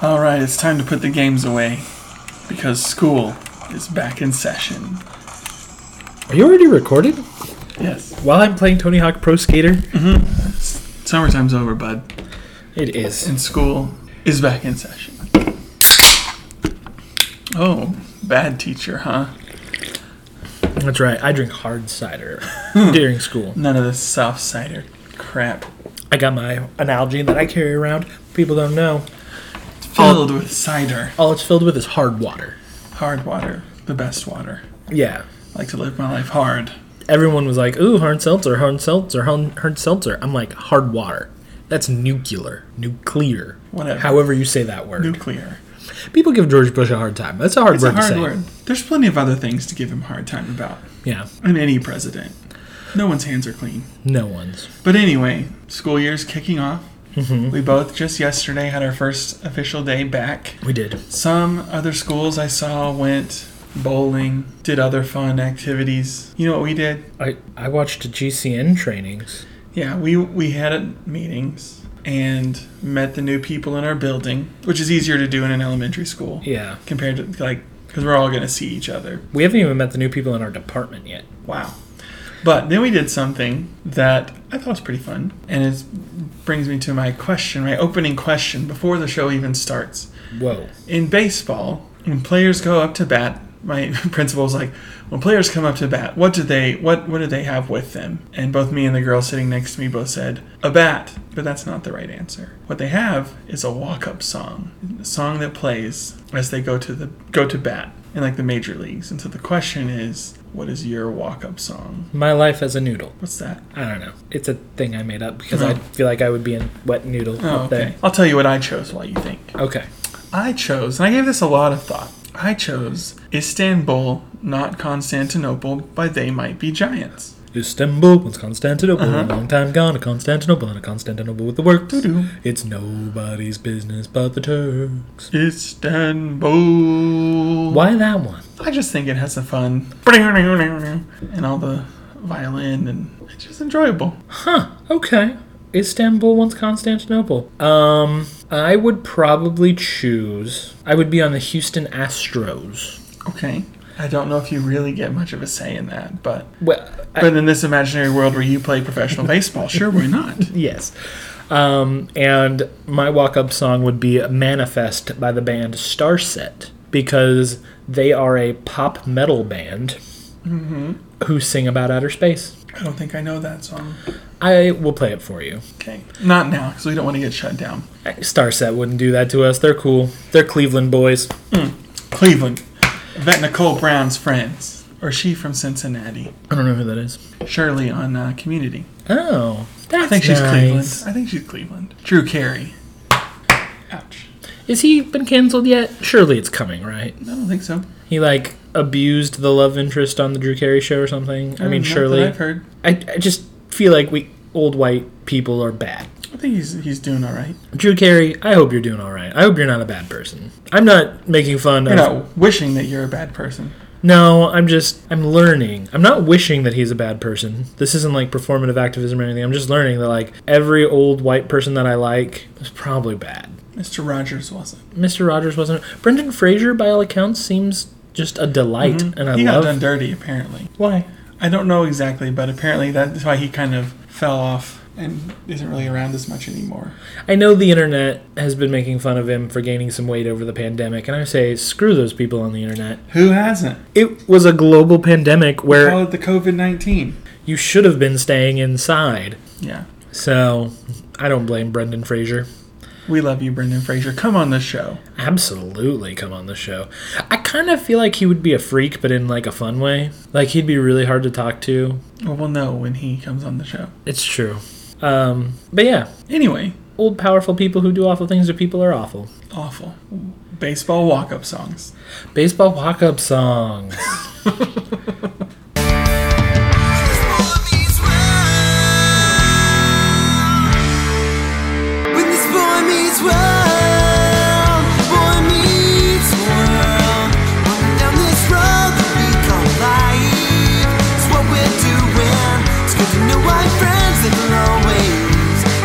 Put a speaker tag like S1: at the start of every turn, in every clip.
S1: All right, it's time to put the games away because school is back in session.
S2: Are you already recorded?
S1: Yes,
S2: While I'm playing Tony Hawk Pro Skater?
S1: summertime's over, bud,
S2: It is.
S1: and school is back in session. Oh, bad teacher, huh?
S2: That's right. I drink hard cider during school.
S1: None of this soft cider crap.
S2: I got my an algae that I carry around. People don't know.
S1: It's filled with cider,
S2: All it's filled with is hard water.
S1: hard water, the best water.
S2: Yeah.
S1: I like to live my life hard.
S2: Everyone was like, ooh, hard seltzer, hard seltzer, hard, hard seltzer. I'm like, hard water. That's nuclear. Nuclear.
S1: Whatever.
S2: However you say that word.
S1: Nuclear.
S2: People give George Bush a hard time. That's a hard
S1: It's
S2: word
S1: a hard
S2: to say.
S1: word. There's plenty of other things to give him a hard time about,
S2: Yeah.
S1: and any president. No one's hands are clean.
S2: No one's.
S1: But anyway, school year's kicking off. We both just yesterday had our first official day back.
S2: We did.
S1: Some other schools I saw went bowling, did other fun activities. You know what we did?
S2: I, I watched GCN trainings.
S1: Yeah, we we had uh, meetings and met the new people in our building, which is easier to do in an elementary school
S2: Yeah.
S1: compared to like because we're all gonna see each other.
S2: We haven't even met the new people in our department yet.
S1: Wow. But then we did something that I thought was pretty fun. And it brings me to my question, my opening question before the show even starts.
S2: Whoa.
S1: In baseball, when players go up to bat, my principal was like, when players come up to bat, what do they what what do they have with them? And both me and the girl sitting next to me both said, a bat, but that's not the right answer. What they have is a walk-up song, a song that plays as they go to the go to bat in like the major leagues. And so the question is, what is your walk-up song?
S2: My life as a noodle.
S1: What's that?
S2: I don't know. It's a thing I made up because
S1: Oh.
S2: I feel like I would be in wet noodle.
S1: Oh,
S2: up there.
S1: okay. I'll tell you what I chose while you think.
S2: Okay.
S1: I chose, and I gave this a lot of thought. I chose Istanbul, not Constantinople, by They Might Be Giants.
S2: Istanbul was Constantinople. A long time gone. A Constantinople and a Constantinople with the works.
S1: Uh-huh. Doo-doo.
S2: It's nobody's business but the Turks.
S1: Istanbul.
S2: Why that one?
S1: I just think it has a fun and all the violin, and it's just enjoyable.
S2: Huh. Okay. Istanbul wants Constantinople. Um, I would probably choose. I would be on the Houston Astros.
S1: Okay. I don't know if you really get much of a say in that, but
S2: Well, I-
S1: but in this imaginary world where you play professional baseball, sure, why not?
S2: yes. Um, and my walk-up song would be "Manifest" by the band Starset because they are a pop metal band
S1: Mm-hmm.
S2: who sing about outer space.
S1: I don't think I know that song.
S2: I will play it for you.
S1: Okay, not now because we don't want to get shut down.
S2: Starset wouldn't do that to us. They're cool. They're Cleveland boys.
S1: Cleveland. I bet Nicole Brown's friends. Or is she from Cincinnati?
S2: I don't know who that is.
S1: Shirley on uh, Community.
S2: Oh, that's
S1: I think she's
S2: nice.
S1: Cleveland. I think she's Cleveland. Drew Carey. Ouch.
S2: Is he been canceled yet? Surely it's coming, right?
S1: I don't think so.
S2: He like abused the love interest on the Drew Carey show or something. I mean,
S1: Mm, Not that
S2: surely.
S1: I've heard.
S2: I, I just feel like we old white people are bad.
S1: I think he's he's doing all right.
S2: Drew Carey, I hope you're doing all right. I hope you're not a bad person. I'm not making fun
S1: You're
S2: of.
S1: not wishing that you're a bad person.
S2: No, I'm just I'm learning. I'm not wishing that he's a bad person. This isn't like performative activism or anything. I'm just learning that like every old white person that I like is probably bad.
S1: Mr. Rogers wasn't.
S2: Mr. Rogers wasn't. Brendan Fraser, by all accounts, seems just a delight, and I
S1: Mm-hmm. he
S2: love.
S1: got done dirty apparently.
S2: Why?
S1: I don't know exactly, but apparently that's why he kind of fell off and isn't really around as much anymore.
S2: I know the internet has been making fun of him for gaining some weight over the pandemic, and I say screw those people on the internet.
S1: Who hasn't?
S2: It was a global pandemic where
S1: Call it the COVID nineteen.
S2: you should have been staying inside.
S1: Yeah.
S2: So I don't blame Brendan Fraser.
S1: We love you, Brendan Fraser. Come on the show.
S2: Absolutely come on the show. I kind of feel like he would be a freak, but in like a fun way. Like he'd be really hard to talk to.
S1: Well, we'll know when he comes on the show.
S2: It's true. Um, but yeah,
S1: Anyway,
S2: old powerful people who do awful things to people are awful.
S1: awful. Baseball walk up songs.
S2: Baseball walk up songs.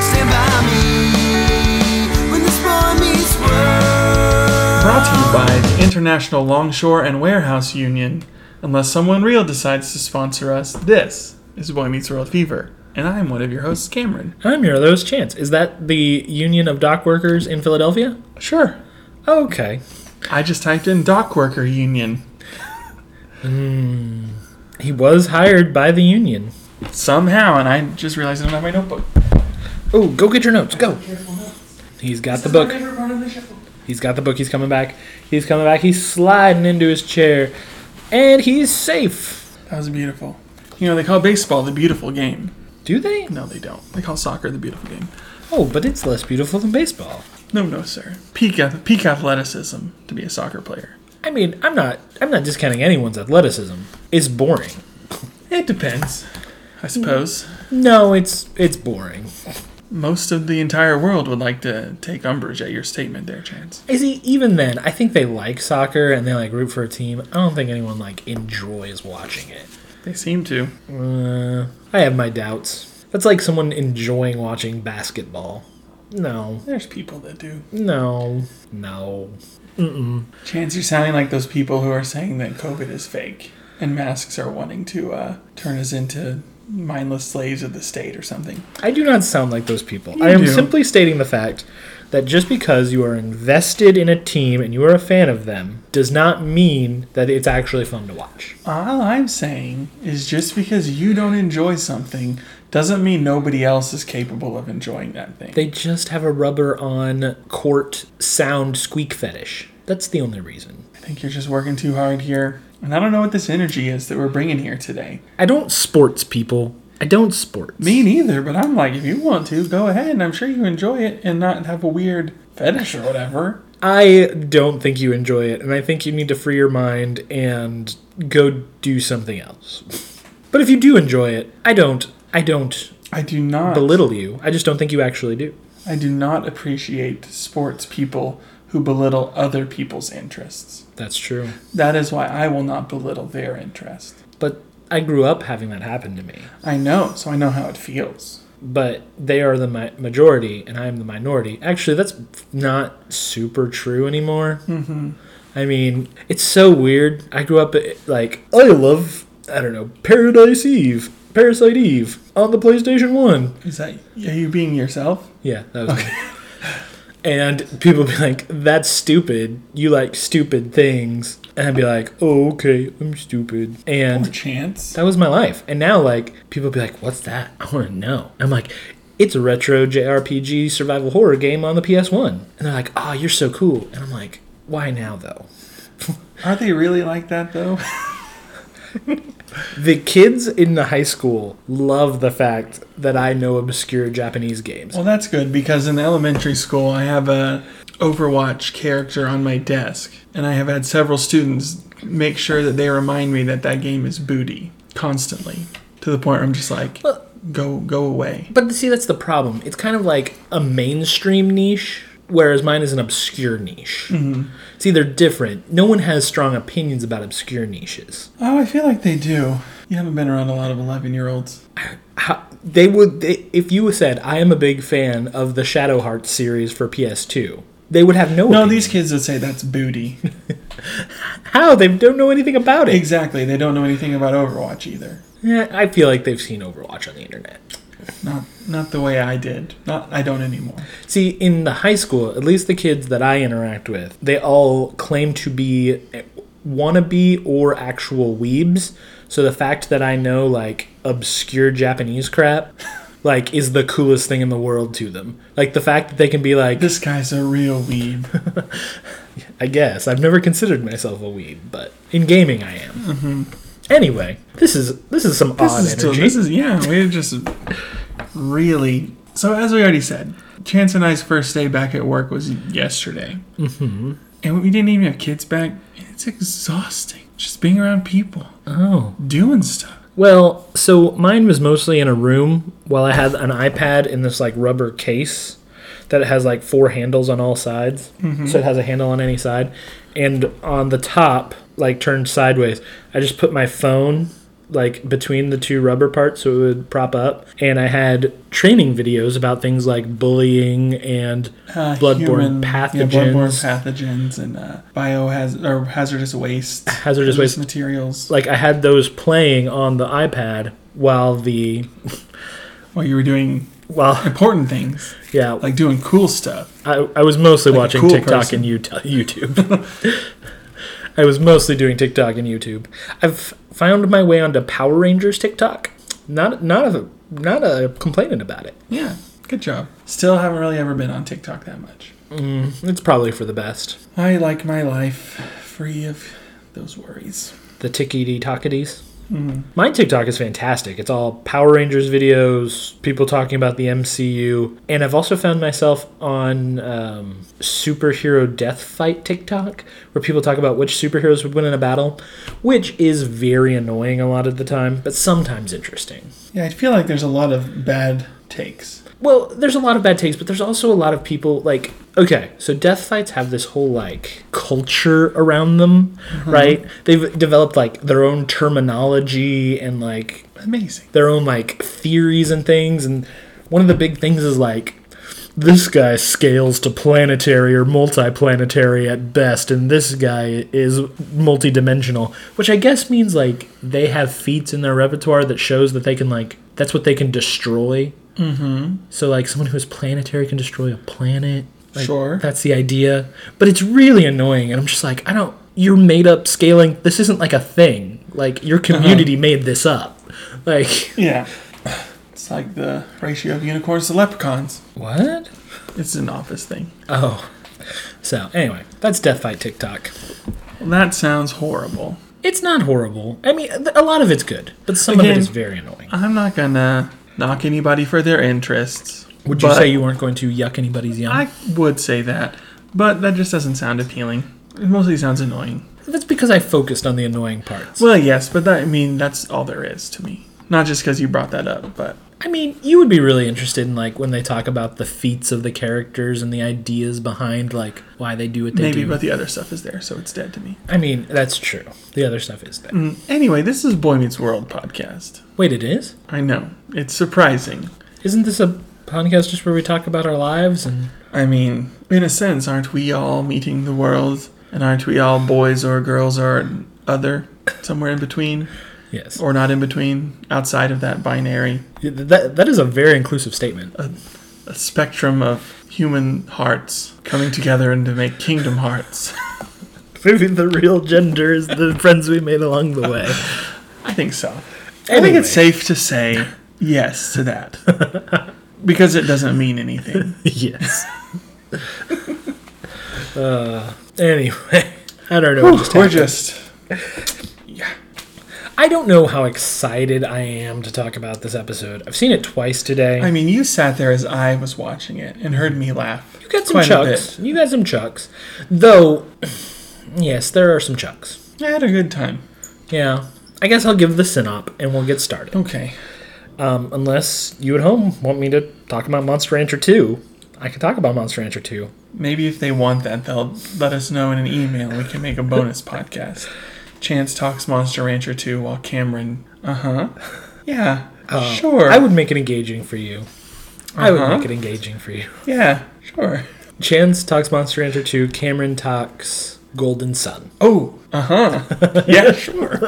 S3: Stand by me when this boy meets world.
S1: brought to you by the International Longshore and Warehouse Union. Unless someone real decides to sponsor us, this is Boy Meets World Fever, and I'm one of your hosts, Cameron.
S2: I'm your those chance. Is that the Union of Dock Workers in Philadelphia?
S1: Sure.
S2: Okay.
S1: I just typed in dock worker union.
S2: He was hired by the union.
S1: Somehow, and I just realized I don't have my notebook.
S2: Oh, go get your notes. Go. He's got the book.
S1: favorite part of the show.
S2: He's got the book. He's coming back. He's coming back. He's sliding into his chair, and he's safe.
S1: That was beautiful. You know, they call baseball the beautiful game.
S2: Do they?
S1: No, they don't. They call soccer the beautiful game.
S2: Oh, but it's less beautiful than baseball.
S1: No, no, sir. Peak, ath- peak athleticism to be a soccer player.
S2: I mean, I'm not. I'm not discounting anyone's athleticism. It's boring.
S1: It depends, I suppose.
S2: No, it's it's boring.
S1: Most of the entire world would like to take umbrage at your statement there, Chance.
S2: You see, even then, I think they like soccer and they like root for a team. I don't think anyone like enjoys watching it.
S1: They seem to.
S2: Uh, I have my doubts. That's like someone enjoying watching basketball. No,
S1: There's people that do.
S2: no, no.
S1: Chance, you're sounding like those people who are saying that COVID is fake and masks are wanting to uh, turn us into mindless slaves of the state or something.
S2: I do not sound like those people. I am
S1: do.
S2: simply stating the fact that just because you are invested in a team and you are a fan of them does not mean that it's actually fun to watch.
S1: All I'm saying is just because you don't enjoy something doesn't mean nobody else is capable of enjoying that thing.
S2: They just have a rubber on court sound squeak fetish. That's the only reason.
S1: I think you're just working too hard here. And I don't know what this energy is that we're bringing here today.
S2: I don't sports people. I don't sports.
S1: Me neither, but I'm like, if you want to, go ahead and I'm sure you enjoy it and not have a weird fetish or whatever.
S2: I don't think you enjoy it, and I think you need to free your mind and go do something else. But if you do enjoy it, I don't. I don't
S1: I do not
S2: belittle you. I just don't think you actually do.
S1: I do not appreciate sports people who belittle other people's interests.
S2: That's true.
S1: That is why I will not belittle their interest.
S2: But I grew up having that happen to me.
S1: I know, so I know how it feels.
S2: But they are the mi- majority, and I am the minority. Actually, that's not super true anymore. Mm-hmm. I mean, it's so weird. I grew up eh, like I love I don't know Paradise Eve, Parasite Eve on the PlayStation One.
S1: Is that are you being yourself?
S2: Yeah, that was me. And people be like, "That's stupid. You like stupid things," and I'd be like, "Oh, okay, I'm stupid." And
S1: Or chance?
S2: that was my life. And now, like, people be like, what's that? I want to know. I'm like, it's a retro JRPG survival horror game on the PS1. And they're like, oh, you're so cool. And I'm like, why now, though?
S1: Are they really like that though?
S2: The kids in the high school love the fact that I know obscure Japanese games.
S1: well, that's good because in elementary school I have a Overwatch character on my desk, and I have had several students make sure that they remind me that that game is booty constantly to the point where I'm just like,
S2: Well-
S1: go go away.
S2: But see, that's the problem. It's kind of like a mainstream niche, whereas mine is an obscure niche. See, they're different. No one has strong opinions about obscure niches.
S1: Oh, I feel like they do. You haven't been around a lot of 11 year olds.
S2: how, they would they, if you said I am a big fan of the Shadow Hearts series for PS2. They would have no.
S1: No,
S2: opinion.
S1: these kids would say that's booty.
S2: how they don't know anything about it.
S1: exactly. They don't know anything about Overwatch either.
S2: Yeah, I feel like they've seen Overwatch on the internet.
S1: Not not the way I did. Not I don't anymore.
S2: See, in the high school, at least the kids that I interact with, they all claim to be eh, wannabe or actual weebs. So the fact that I know like obscure Japanese crap, like, is the coolest thing in the world to them. Like the fact that they can be like,
S1: This guy's a real weeb.
S2: I guess. I've never considered myself a weeb, but in gaming I am. Anyway, this is this is some
S1: Mm-hmm. This
S2: odd
S1: is,
S2: energy.
S1: this is yeah, we just really So as we already said, Chance and I's first day back at work was yesterday. Mhm.
S2: Mm-hmm.
S1: And we didn't even have kids back. It's exhausting just being around people,
S2: oh.
S1: doing stuff.
S2: Well, so mine was mostly in a room while I had an iPad in this like rubber case that has like four handles on all sides.
S1: Mm-hmm.
S2: So it has a handle on any side. And on the top, like turned sideways, I just put my phone like between the two rubber parts so it would prop up. And I had training videos about things like bullying and
S1: Uh,
S2: bloodborne
S1: human-
S2: pathogens.
S1: Yeah, bloodborne pathogens and uh, biohazard or hazardous waste.
S2: Hazardous waste.
S1: materials.
S2: Like I had those playing on the iPad while the
S1: While you were doing
S2: while
S1: important things,
S2: yeah
S1: like doing cool stuff.
S2: I, I was mostly
S1: Like a
S2: watching
S1: cool
S2: TikTok
S1: person.
S2: and Ut- YouTube. I was mostly doing TikTok and YouTube. I've found my way onto Power Rangers TikTok. Not not a not a complaining about it.
S1: Yeah, good job. Still haven't really ever been on TikTok that much.
S2: It's probably for the best.
S1: I like my life free of those worries.
S2: The tickety tockities. My TikTok is fantastic. It's all Power Rangers videos, people talking about the MCU, and I've also found myself on um, superhero death fight TikTok, where people talk about which superheroes would win in a battle, which is very annoying a lot of the time, but sometimes interesting.
S1: Yeah, I feel like there's a lot of bad takes.
S2: Well, there's a lot of bad takes, but there's also a lot of people like okay, so death fights have this whole like culture around them, right? They've developed like their own terminology and like
S1: Amazing.
S2: their own like theories and things and one of the big things is like this guy scales to planetary or multiplanetary at best and this guy is multidimensional which i guess means like they have feats in their repertoire that shows that they can like that's what they can destroy mm-hmm. so like someone who is planetary can destroy a planet Like,
S1: Sure.
S2: that's the idea but it's really annoying and i'm just like i don't you're made up scaling this isn't like a thing like your community made this up like
S1: Yeah. It's like the ratio of unicorns to leprechauns.
S2: What?
S1: It's an office thing.
S2: Oh. So, anyway, that's Death Fight TikTok.
S1: Well, that sounds horrible.
S2: It's not horrible. I mean, th- a lot of it's good, but some of
S1: Again-
S2: it is very annoying.
S1: I'm not gonna knock anybody for their interests.
S2: Would you
S1: but
S2: say you weren't going to yuck anybody's yum?
S1: I would say that, but that just doesn't sound appealing. It mostly sounds annoying.
S2: that's because I focused on the annoying parts.
S1: Well, yes, but that, I mean that's all there is to me. Not just because you brought that up, but
S2: I mean, you would be really interested in like when they talk about the feats of the characters and the ideas behind like why they do what they
S1: maybe
S2: do.
S1: but the other stuff is there, so it's dead to me.
S2: I mean, that's true. The other stuff is there.
S1: Anyway, this is Boy Meets World podcast.
S2: Wait, it is?
S1: I know it's surprising.
S2: Isn't this a podcast just where we talk about our lives and
S1: I mean, in a sense, aren't we all meeting the world, and aren't we all boys or girls or other, somewhere in between,
S2: yes.
S1: or not in between, outside of that binary?
S2: That that is a very inclusive statement.
S1: a spectrum of human hearts coming together and to make kingdom hearts.
S2: Maybe the real gender is the friends we made along the way.
S1: I think so. I think it's safe to say yes to that. because it doesn't mean anything.
S2: yes. uh, anyway, I don't know. what just
S1: We're
S2: happened.
S1: just
S2: I don't know how excited I am to talk about this episode. I've seen it twice today.
S1: I mean, you sat there as I was watching it and heard me laugh.
S2: you got some
S1: quite a
S2: chucks. You got some chucks, though. Yes, there are some chucks.
S1: I had a good time.
S2: Yeah. I guess I'll give the synop and we'll get started.
S1: Okay.
S2: Um, unless you at home want me to talk about Monster Rancher 2, I can talk about Monster Rancher 2.
S1: Maybe if they want that, they'll let us know in an email. We can make a bonus podcast. Chance talks Monster Rancher 2 while Cameron. Uh huh. Yeah. sure.
S2: I would make it engaging for you. I would
S1: Uh-huh.
S2: make it engaging for you.
S1: Yeah. Sure.
S2: Chance talks Monster Rancher 2. Cameron talks Golden Sun.
S1: Oh, uh huh. Yeah, sure.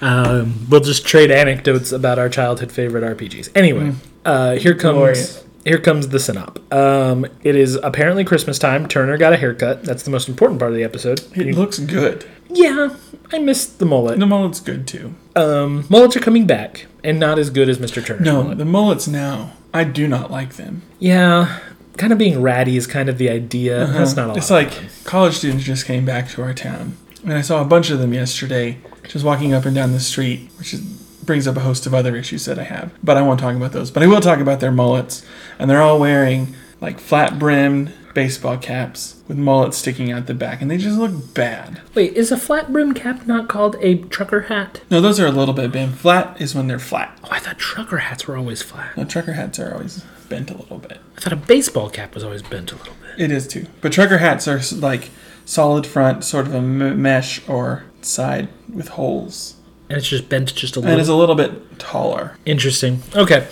S2: Um, we'll just trade anecdotes about our childhood favorite RPGs. Anyway, uh, here comes
S1: Hmm. Glorious.
S2: here comes the synop. Um, it is apparently Christmas time. Turner got a haircut. That's the most important part of the episode.
S1: It looks good.
S2: Yeah, I missed the mullet.
S1: The mullet's good too.
S2: Um, mullets are coming back, and not as good as Mr. Turner.
S1: No, the mullets now. I do not like them.
S2: Yeah, kind of being ratty is kind of the idea. That's not a
S1: Uh-huh.
S2: lot.
S1: It's like college students just came back to our town, and I saw a bunch of them yesterday, just walking up and down the street, which is, brings up a host of other issues that I have. But I won't talk about those. But I will talk about their mullets, and they're all wearing like flat-brimmed baseball caps with mullets sticking out the back, and they just look bad.
S2: Wait, is a flat brim cap not called a trucker hat?
S1: No, those are a little bit bent. Flat is when they're flat.
S2: Oh, I thought trucker hats were always flat.
S1: No, trucker hats are always bent a little bit.
S2: I thought a baseball cap was always bent a little bit.
S1: It is too. But trucker hats are s- like solid front, sort of a m- mesh or side with holes.
S2: and it's just bent just a
S1: And
S2: little.
S1: it's a little bit taller.
S2: Interesting. Okay.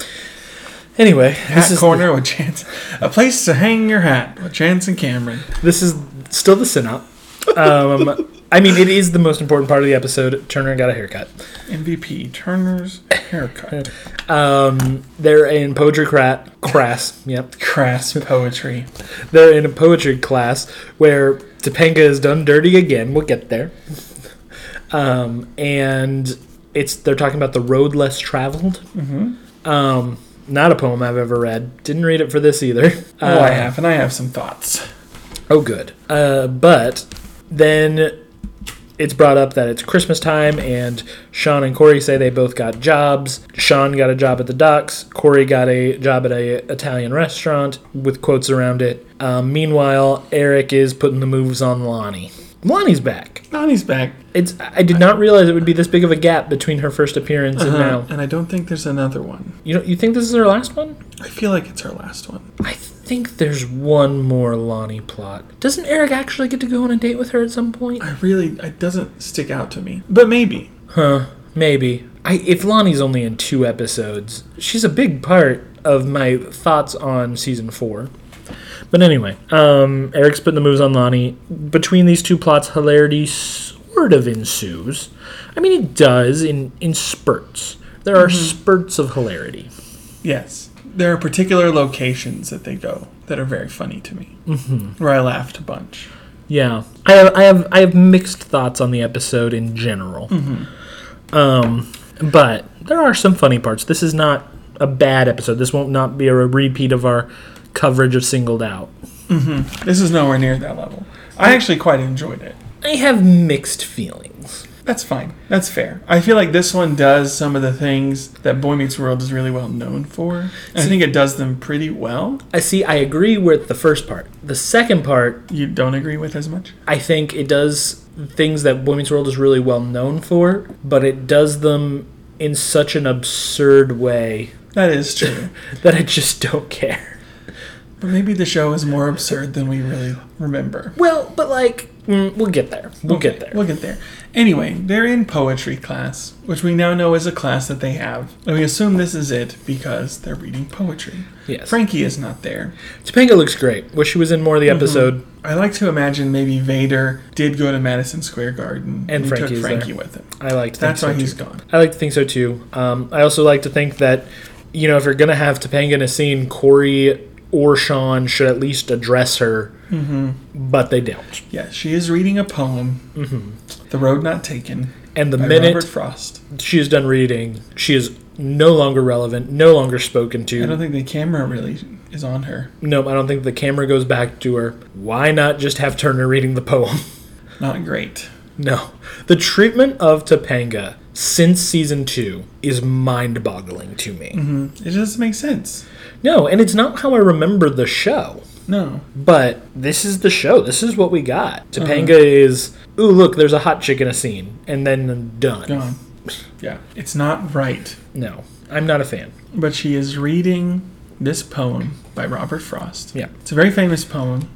S2: Anyway,
S1: Hat
S2: this is
S1: corner with Chance. A place to hang your hat with Chance and Cameron.
S2: this is still the synop. Um, I mean, it is the most important part of the episode. Turner got a haircut.
S1: MVP Turner's haircut.
S2: Um, they're in poetry cra- crass. Yep,
S1: Crass poetry.
S2: they're in a poetry class where Topanga is done dirty again. We'll get there. Um, and it's they're talking about the road less traveled. Mm-hmm. Um, not a poem I've ever read. Didn't read it for this either.
S1: Oh, I
S2: Uh,
S1: have, and I have some thoughts.
S2: Oh, good. Uh, but then it's brought up that it's Christmas time, and Sean and Corey say they both got jobs. Sean got a job at the docks. Corey got a job at a Italian restaurant with quotes around it. Um, meanwhile, Eric is putting the moves on Lonnie. Lonnie's back.
S1: Bonnie's back.
S2: It's. I did not realize it would be this big of a gap between her first appearance and
S1: Uh,
S2: now.
S1: and I don't think there's another one.
S2: You know, you think this is her last one?
S1: I feel like it's our last one.
S2: I think there's one more Lonnie plot. Doesn't Eric actually get to go on a date with her at some point?
S1: I really, it doesn't stick out to me. But maybe.
S2: Huh, maybe. I if Lonnie's only in two episodes, she's a big part of my thoughts on season four. But anyway, um, Eric's putting the moves on Lonnie. Between these two plots, hilarity sort of ensues. I mean, it does in in spurts. There are spurts of hilarity.
S1: Yes. There are particular locations that they go that are very funny to me, mm-hmm. where I laughed a bunch.
S2: Yeah, I have I have I have mixed thoughts on the episode in general. Um, but there are some funny parts. This is not a bad episode. This won't not be a repeat of our coverage of Singled Out.
S1: This is nowhere near that level. I actually quite enjoyed it.
S2: I have mixed feelings.
S1: That's fine. That's fair. I feel like this one does some of the things that Boy Meets World is really well known for. And I think it does them pretty well.
S2: I see. I agree with the first part. The second part
S1: You don't agree with as much?
S2: I think it does things that Boy Meets World is really well known for, but it does them in such an absurd way
S1: That is true.
S2: that I just don't care.
S1: but maybe the show is more absurd than we really remember.
S2: Well, but like, mm, we'll get there. We'll get there.
S1: We'll get there. Anyway, they're in poetry class, which we now know is a class that they have. And we assume this is it because they're reading poetry.
S2: Yes.
S1: Frankie is not there.
S2: Topanga looks great. Wish she was in more of the
S1: Mm-hmm.
S2: episode.
S1: I like to imagine maybe Vader did go to Madison Square Garden
S2: And
S1: he
S2: Frankie
S1: took
S2: is there.
S1: Frankie with him.
S2: I like to think
S1: That's
S2: so
S1: why
S2: too.
S1: he's gone.
S2: I like to think so too. Um, I also like to think that, you know, if you're gonna have Topanga in a scene, Corey or Sean should at least address her.
S1: Mm-hmm.
S2: But they don't.
S1: Yeah, she is reading a poem, mm-hmm. "The Road Not Taken"
S2: And the
S1: by
S2: minute
S1: Robert Frost.
S2: she is done reading, she is no longer relevant, no longer spoken
S1: I don't
S2: to.
S1: think the camera really is on her.
S2: No, I don't think the camera goes back to her. Why not just have Turner reading the poem?
S1: Not great.
S2: No. The treatment of Topanga since season two is mind boggling to me.
S1: It doesn't make sense.
S2: No, and it's not how I remember the show.
S1: No,
S2: But this is the show. This is what we got. Topanga is, ooh, look, there's a hot chick in a scene, and then done.
S1: gone. Yeah, it's not right.
S2: No, I'm not a fan.
S1: But she is reading this poem by Robert Frost.
S2: Yeah.
S1: It's a very famous poem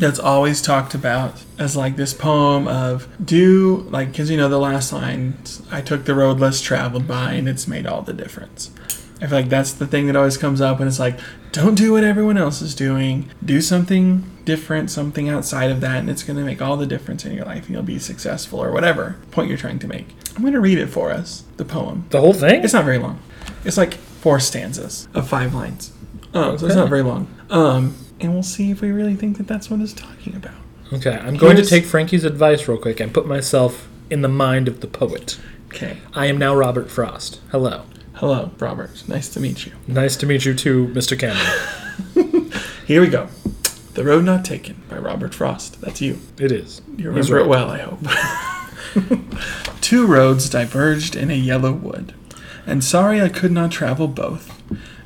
S1: that's always talked about as like this poem of do, like, because you know the last line, I took the road less traveled by and it's made all the difference. I feel like that's the thing that always comes up, and it's like, don't do what everyone else is doing. Do something different, something outside of that, and it's going to make all the difference in your life, and you'll be successful or whatever point you're trying to make. I'm going to read it for us, the poem.
S2: The whole thing?
S1: It's not very long. It's like four stanzas of five lines. Um, so it's not very long. Um, and we'll see if we really think that that's what it's talking about.
S2: Okay, I'm going to
S1: Here's-
S2: take Frankie's advice real quick and put myself in the mind of the poet.
S1: Okay.
S2: I am now Robert Frost. Hello.
S1: Hello, Robert. Nice to meet you.
S2: Nice to meet you too, Mr. Cameron.
S1: Here we go. The Road Not Taken by Robert Frost. That's you.
S2: It is.
S1: You
S2: He's
S1: remember it well, I hope. Two roads diverged in a yellow wood, and sorry I could not travel both.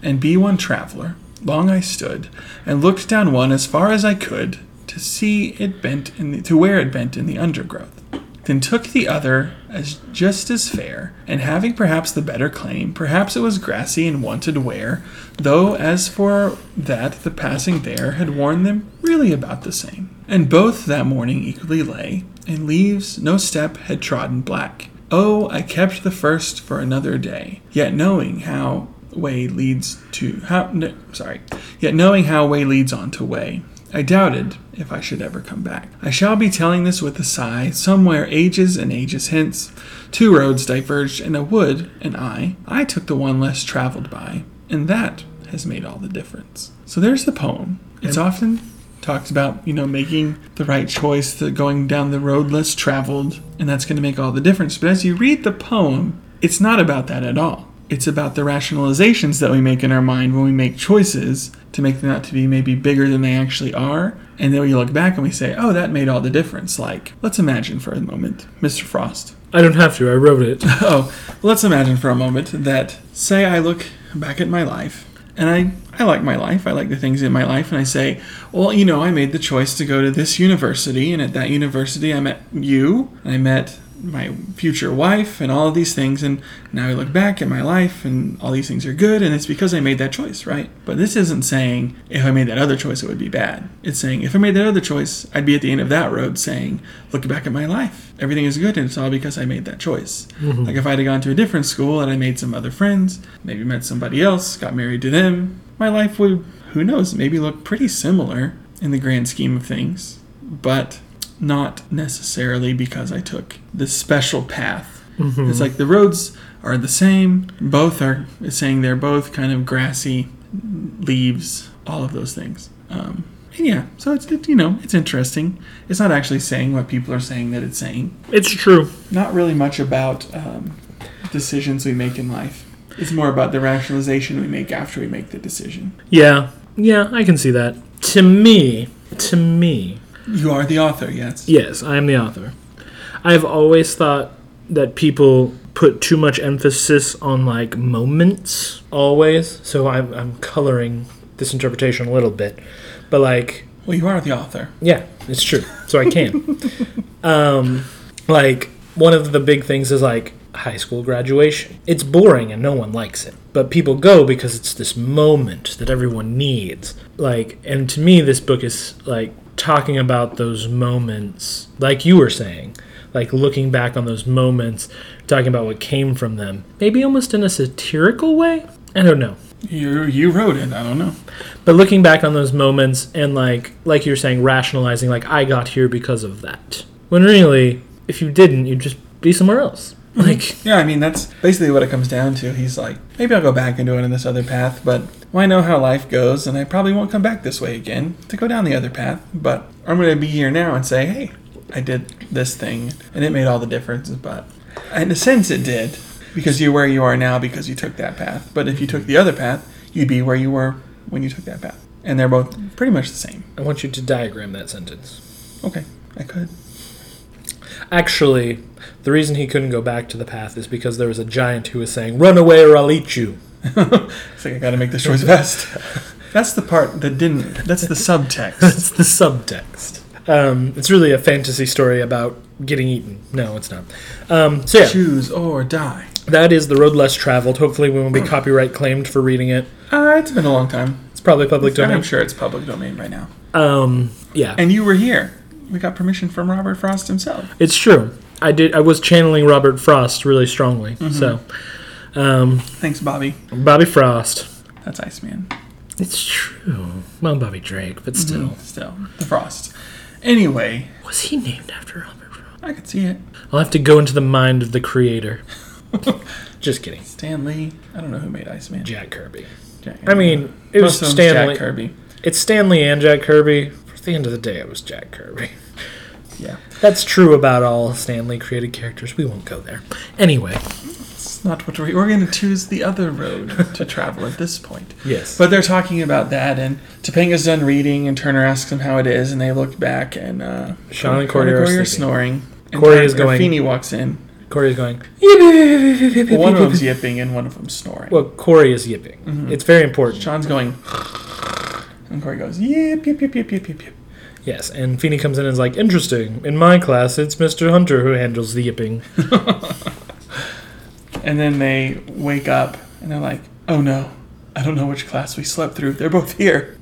S1: And be one traveler, long I stood, and looked down one as far as I could, to see it bent in the, to where it bent in the undergrowth. Then took the other as just as fair, and having perhaps the better claim, perhaps it was grassy and wanted wear, though as for that the passing there had worn them really about the same. And both that morning equally lay, and leaves no step had trodden black. Oh, I kept the first for another day. Yet knowing how way leads to how no, sorry. Yet knowing how way leads on to way. I doubted if I should ever come back. I shall be telling this with a sigh, somewhere ages and ages hence. Two roads diverged in a wood, and I, I took the one less traveled by, and that has made all the difference. So there's the poem. It's often talks about, you know, making the right choice, the going down the road less traveled, and that's going to make all the difference. But as you read the poem, it's not about that at all. It's about the rationalizations that we make in our mind when we make choices to make them out to be maybe bigger than they actually are. And then we look back and we say, oh, that made all the difference. Like, let's imagine for a moment, Mr. Frost.
S2: I don't have to. I wrote it.
S1: Oh, let's imagine for a moment that, say, I look back at my life and I, I like my life. I like the things in my life. And I say, well, you know, I made the choice to go to this university. And at that university, I met you. I met my future wife and all of these things. And now I look back at my life and all these things are good. And it's because I made that choice, right? But this isn't saying if I made that other choice, it would be bad. It's saying if I made that other choice, I'd be at the end of that road saying, look back at my life. Everything is good. And it's all because I made that choice. Like if I'd have gone to a different school and I made some other friends, maybe met somebody else, got married to them, my life would, who knows, maybe look pretty similar in the grand scheme of things. But not necessarily because I took this special path. It's like the roads are the same. Both are it's saying they're both kind of grassy leaves, all of those things. Um, and yeah, so it's it, you know it's interesting. It's not actually saying what people are saying that it's saying.
S2: It's true.
S1: Not really much about um, decisions we make in life. It's more about the rationalization we make after we make the decision.
S2: Yeah. Yeah, I can see that. To me, to me,
S1: You are the author, yes.
S2: Yes, I am the author. I've always thought that people put too much emphasis on like moments always. So I'm, I'm coloring this interpretation a little bit, but like
S1: Well, you are the author.
S2: yeah, it's true. So I can. um, like one of the big things is like high school graduation. It's boring and no one likes it, but people go because it's this moment that everyone needs. Like, and to me, this book is like talking about those moments, like you were saying. Like looking back on those moments, talking about what came from them, maybe almost in a satirical way. I don't know
S1: You you wrote it. I don't know.
S2: but looking back on those moments and like like you're saying rationalizing like i got here because of that when really if you didn't you'd just be somewhere else like
S1: Yeah, I mean that's basically what it comes down to. He's like, maybe I'll go back and do it in this other path, but well, I know how life goes, and I probably won't come back this way again to go down the other path. But I'm going to be here now and say, hey, I did this thing, and it made all the difference. But in a sense, it did because you're where you are now because you took that path. But if you took the other path, you'd be where you were when you took that path. And they're both pretty much the same.
S2: i want you to diagram that sentence
S1: Okay, I could.
S2: actually the reason he couldn't go back to the path is because there was a giant who was saying run away or i'll eat you
S1: It's like I got to make this choice best. That's the part that didn't. That's the subtext.
S2: that's the subtext um, it's really a fantasy story about getting eaten no it's not um, so yeah
S1: Choose or die.
S2: that is the road less traveled hopefully we won't be copyright claimed for reading it
S1: Uh, it's been a long time.
S2: it's probably public
S1: And I'm
S2: domain
S1: sure it's public domain by now.
S2: Um, yeah,
S1: And you were here. We got permission from Robert Frost himself.
S2: it's true. I did. I was channeling Robert Frost really strongly. So, um,
S1: Thanks, Bobby.
S2: Bobby Frost.
S1: That's Iceman.
S2: It's true. Mm-hmm. Well, Bobby Drake, but still,
S1: Still, the Frost. Anyway,
S2: was he named after Robert Frost?
S1: I could see it.
S2: I'll have to go into the mind of the creator. Just kidding,
S1: Stan Lee. I don't know who made Iceman.
S2: Jack Kirby.
S1: Jack
S2: I mean, it
S1: Most
S2: was
S1: of them's
S2: Stanley.
S1: Jack Kirby.
S2: It's Stanley and Jack Kirby. At the end of the day, it was Jack Kirby.
S1: Yeah.
S2: That's true about all Stanley created characters. We won't go there. Anyway,
S1: It's not what we we're going to choose the other road to travel at this point.
S2: yes,
S1: But they're talking about that, and Topanga's done reading, and Turner asks him how it is, and they look back, and uh,
S2: Sean and Corey are sleeping.
S1: snoring. And
S2: Corey is
S1: Turner-
S2: going-
S1: Feeney walks in.
S2: Corey's going.
S1: Well, one of them's yipping, and one of them's snoring.
S2: Well, Corey is yipping. It's very important.
S1: Sean's going, and Corey goes, yip, yip, yip, yip, yip, yip, yip.
S2: Yes, and Feeney comes in and is like, interesting. In my class, it's Mr. Hunter who handles the yipping.
S1: And then they wake up, and they're like, oh no, I don't know which class we slept through. They're both here.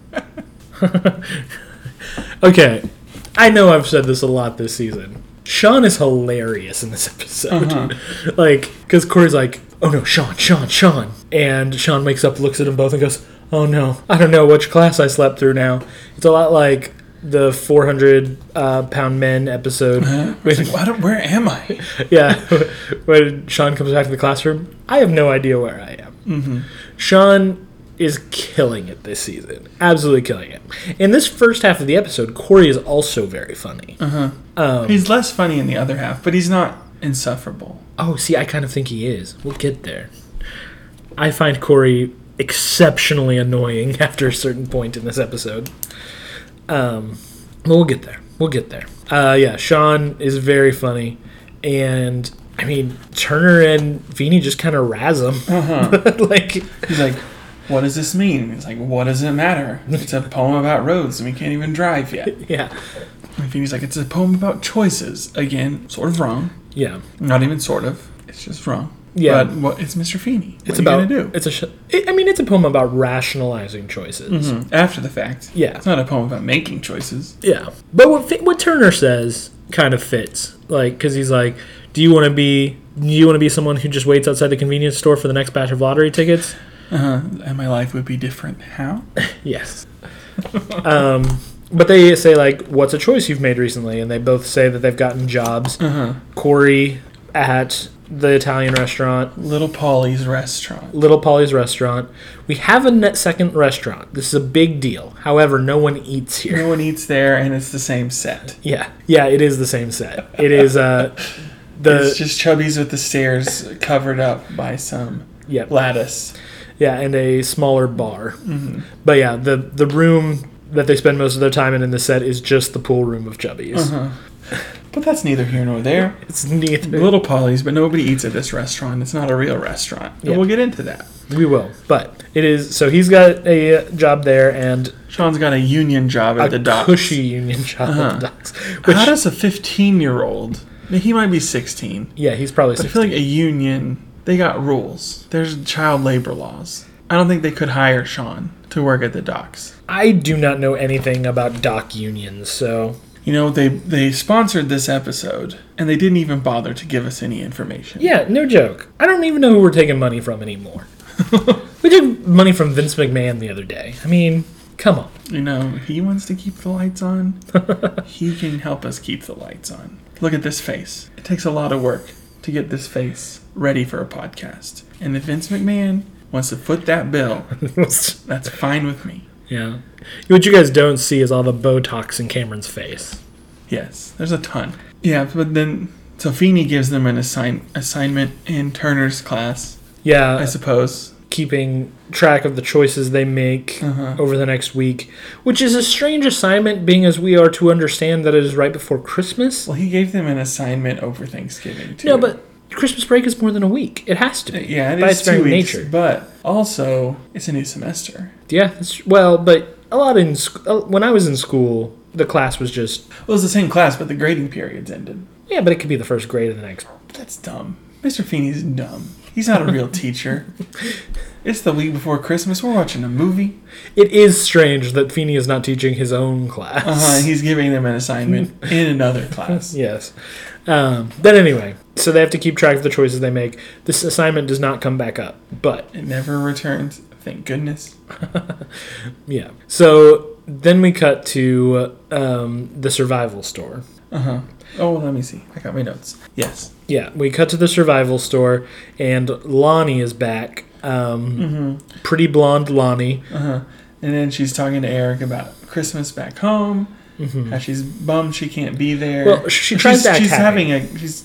S2: Okay, I know I've said this a lot this season. Sean is hilarious in this episode. like, because Corey's like, oh no, Sean, Sean, Sean. And Sean wakes up, looks at them both, and goes, oh no, I don't know which class I slept through now. It's a lot like the 400 uh, pound men episode.
S1: It's like, "Why don't- where am I?
S2: yeah. when Sean comes back to the classroom, I have no idea where I am. Sean is killing it this season. Absolutely killing it. In this first half of the episode, Corey is also very funny.
S1: He's less funny in the other half, but he's not insufferable.
S2: Oh, see, I kind of think he is. We'll get there. I find Corey exceptionally annoying after a certain point in this episode. Um, but we'll get there. We'll get there. Uh, yeah, Sean is very funny, and I mean Turner and Feeney just kind of razz him.
S1: Uh-huh.
S2: like,
S1: He's like, what does this mean? He's like, what does it matter? It's a poem about roads and we can't even drive yet.
S2: yeah,
S1: And Phoebe's like, it's a poem about choices. Again, sort of wrong.
S2: yeah.
S1: Not even sort of. It's just wrong.
S2: Yeah.
S1: But what, it's Mr. Feeney. What
S2: It's
S1: are
S2: about
S1: you gonna do?
S2: it's a sh- I I mean it's a poem about rationalizing choices.
S1: Mm, After the fact.
S2: Yeah.
S1: It's not a poem about making choices.
S2: Yeah, but what Fi- what Turner says kind of fits, like because he's like, "Do you want to be? Do you want to be someone who just waits outside the convenience store for the next batch of lottery tickets?"
S1: Uh-huh. And my life would be different. How?
S2: Yes. um, but they say like, "What's a choice you've made recently?" And they both say that they've gotten jobs.
S1: Uh-huh.
S2: Corey at the Italian restaurant,
S1: Little Polly's restaurant.
S2: Little Polly's restaurant. We have a net second restaurant. This is a big deal. However, no one eats here.
S1: No one eats there, and it's the same set.
S2: Yeah, yeah, it is the same set. It is uh, the
S1: it's just Chubby's with the stairs covered up by some
S2: yeah.
S1: lattice.
S2: Yeah, and a smaller bar.
S1: Mm-hmm.
S2: But yeah, the the room that they spend most of their time in in the set is just the pool room of Chubby's.
S1: Uh-huh. But that's neither here nor there.
S2: It's neither.
S1: Little Polly's, but nobody eats at this restaurant. It's not a real restaurant.
S2: Yeah.
S1: And we'll get into that.
S2: We will, but it is. So he's got a job there and
S1: Sean's got a union job at
S2: a
S1: the docks. Uh-huh.
S2: cushy union job at the docks. Which,
S1: How does a 15 year old, he might be 16,
S2: yeah, he's probably.
S1: I feel like a union, they got rules. There's child labor laws. I don't think they could hire Sean to work at the docks.
S2: I do not know anything about dock unions, so
S1: You know, they, they sponsored this episode and they didn't even bother to give us any information.
S2: yeah, no joke. I don't even know who we're taking money from anymore. we took money from Vince McMahon the other day. I mean, come on.
S1: You know, he wants to keep the lights on. he can help us keep the lights on. Look at this face. It takes a lot of work to get this face ready for a podcast. And if Vince McMahon wants to foot that bill, that's fine with me.
S2: Yeah. What you guys don't see is all the Botox in Cameron's face.
S1: Yes, there's a ton. Yeah, but then so Feeney gives them an assign assignment in Turner's class,
S2: Yeah,
S1: I suppose.
S2: keeping track of the choices they make
S1: Uh-huh.
S2: over the next week, which is a strange assignment, being as we are to understand that it is right before Christmas.
S1: Well, he gave them an assignment over Thanksgiving too.
S2: No, but Christmas break is more than a week. It has to be.
S1: Uh, yeah, it
S2: by
S1: is
S2: its
S1: two
S2: very
S1: weeks.
S2: nature.
S1: But also, it's a new semester.
S2: Yeah, it's, well, but a lot in sc- uh, when I was in school, the class was just
S1: Well, it's the same class, but the grading period's ended.
S2: yeah, but it could be the first grade of the next.
S1: That's dumb. Mr. Feeney's dumb. He's not a real teacher. It's the week before Christmas. We're watching a movie.
S2: It is strange that Feeney is not teaching his own class.
S1: Uh-huh, and he's giving them an assignment in another class.
S2: Yes. Um, but anyway, so they have to keep track of the choices they make. This assignment does not come back up, but
S1: It never returns. Thank goodness.
S2: yeah. So then we cut to um, the survival store.
S1: Uh huh. Oh, let me see. I got my notes. Yes.
S2: Yeah, we cut to the survival store, and Lonnie is back. Um, Pretty blonde Lonnie.
S1: Uh huh. And then she's talking to Eric about Christmas back home. How she's bummed she can't be there.
S2: Mm-hmm. Well, she tries
S1: she's,
S2: to act
S1: She's
S2: happy.
S1: having a. She's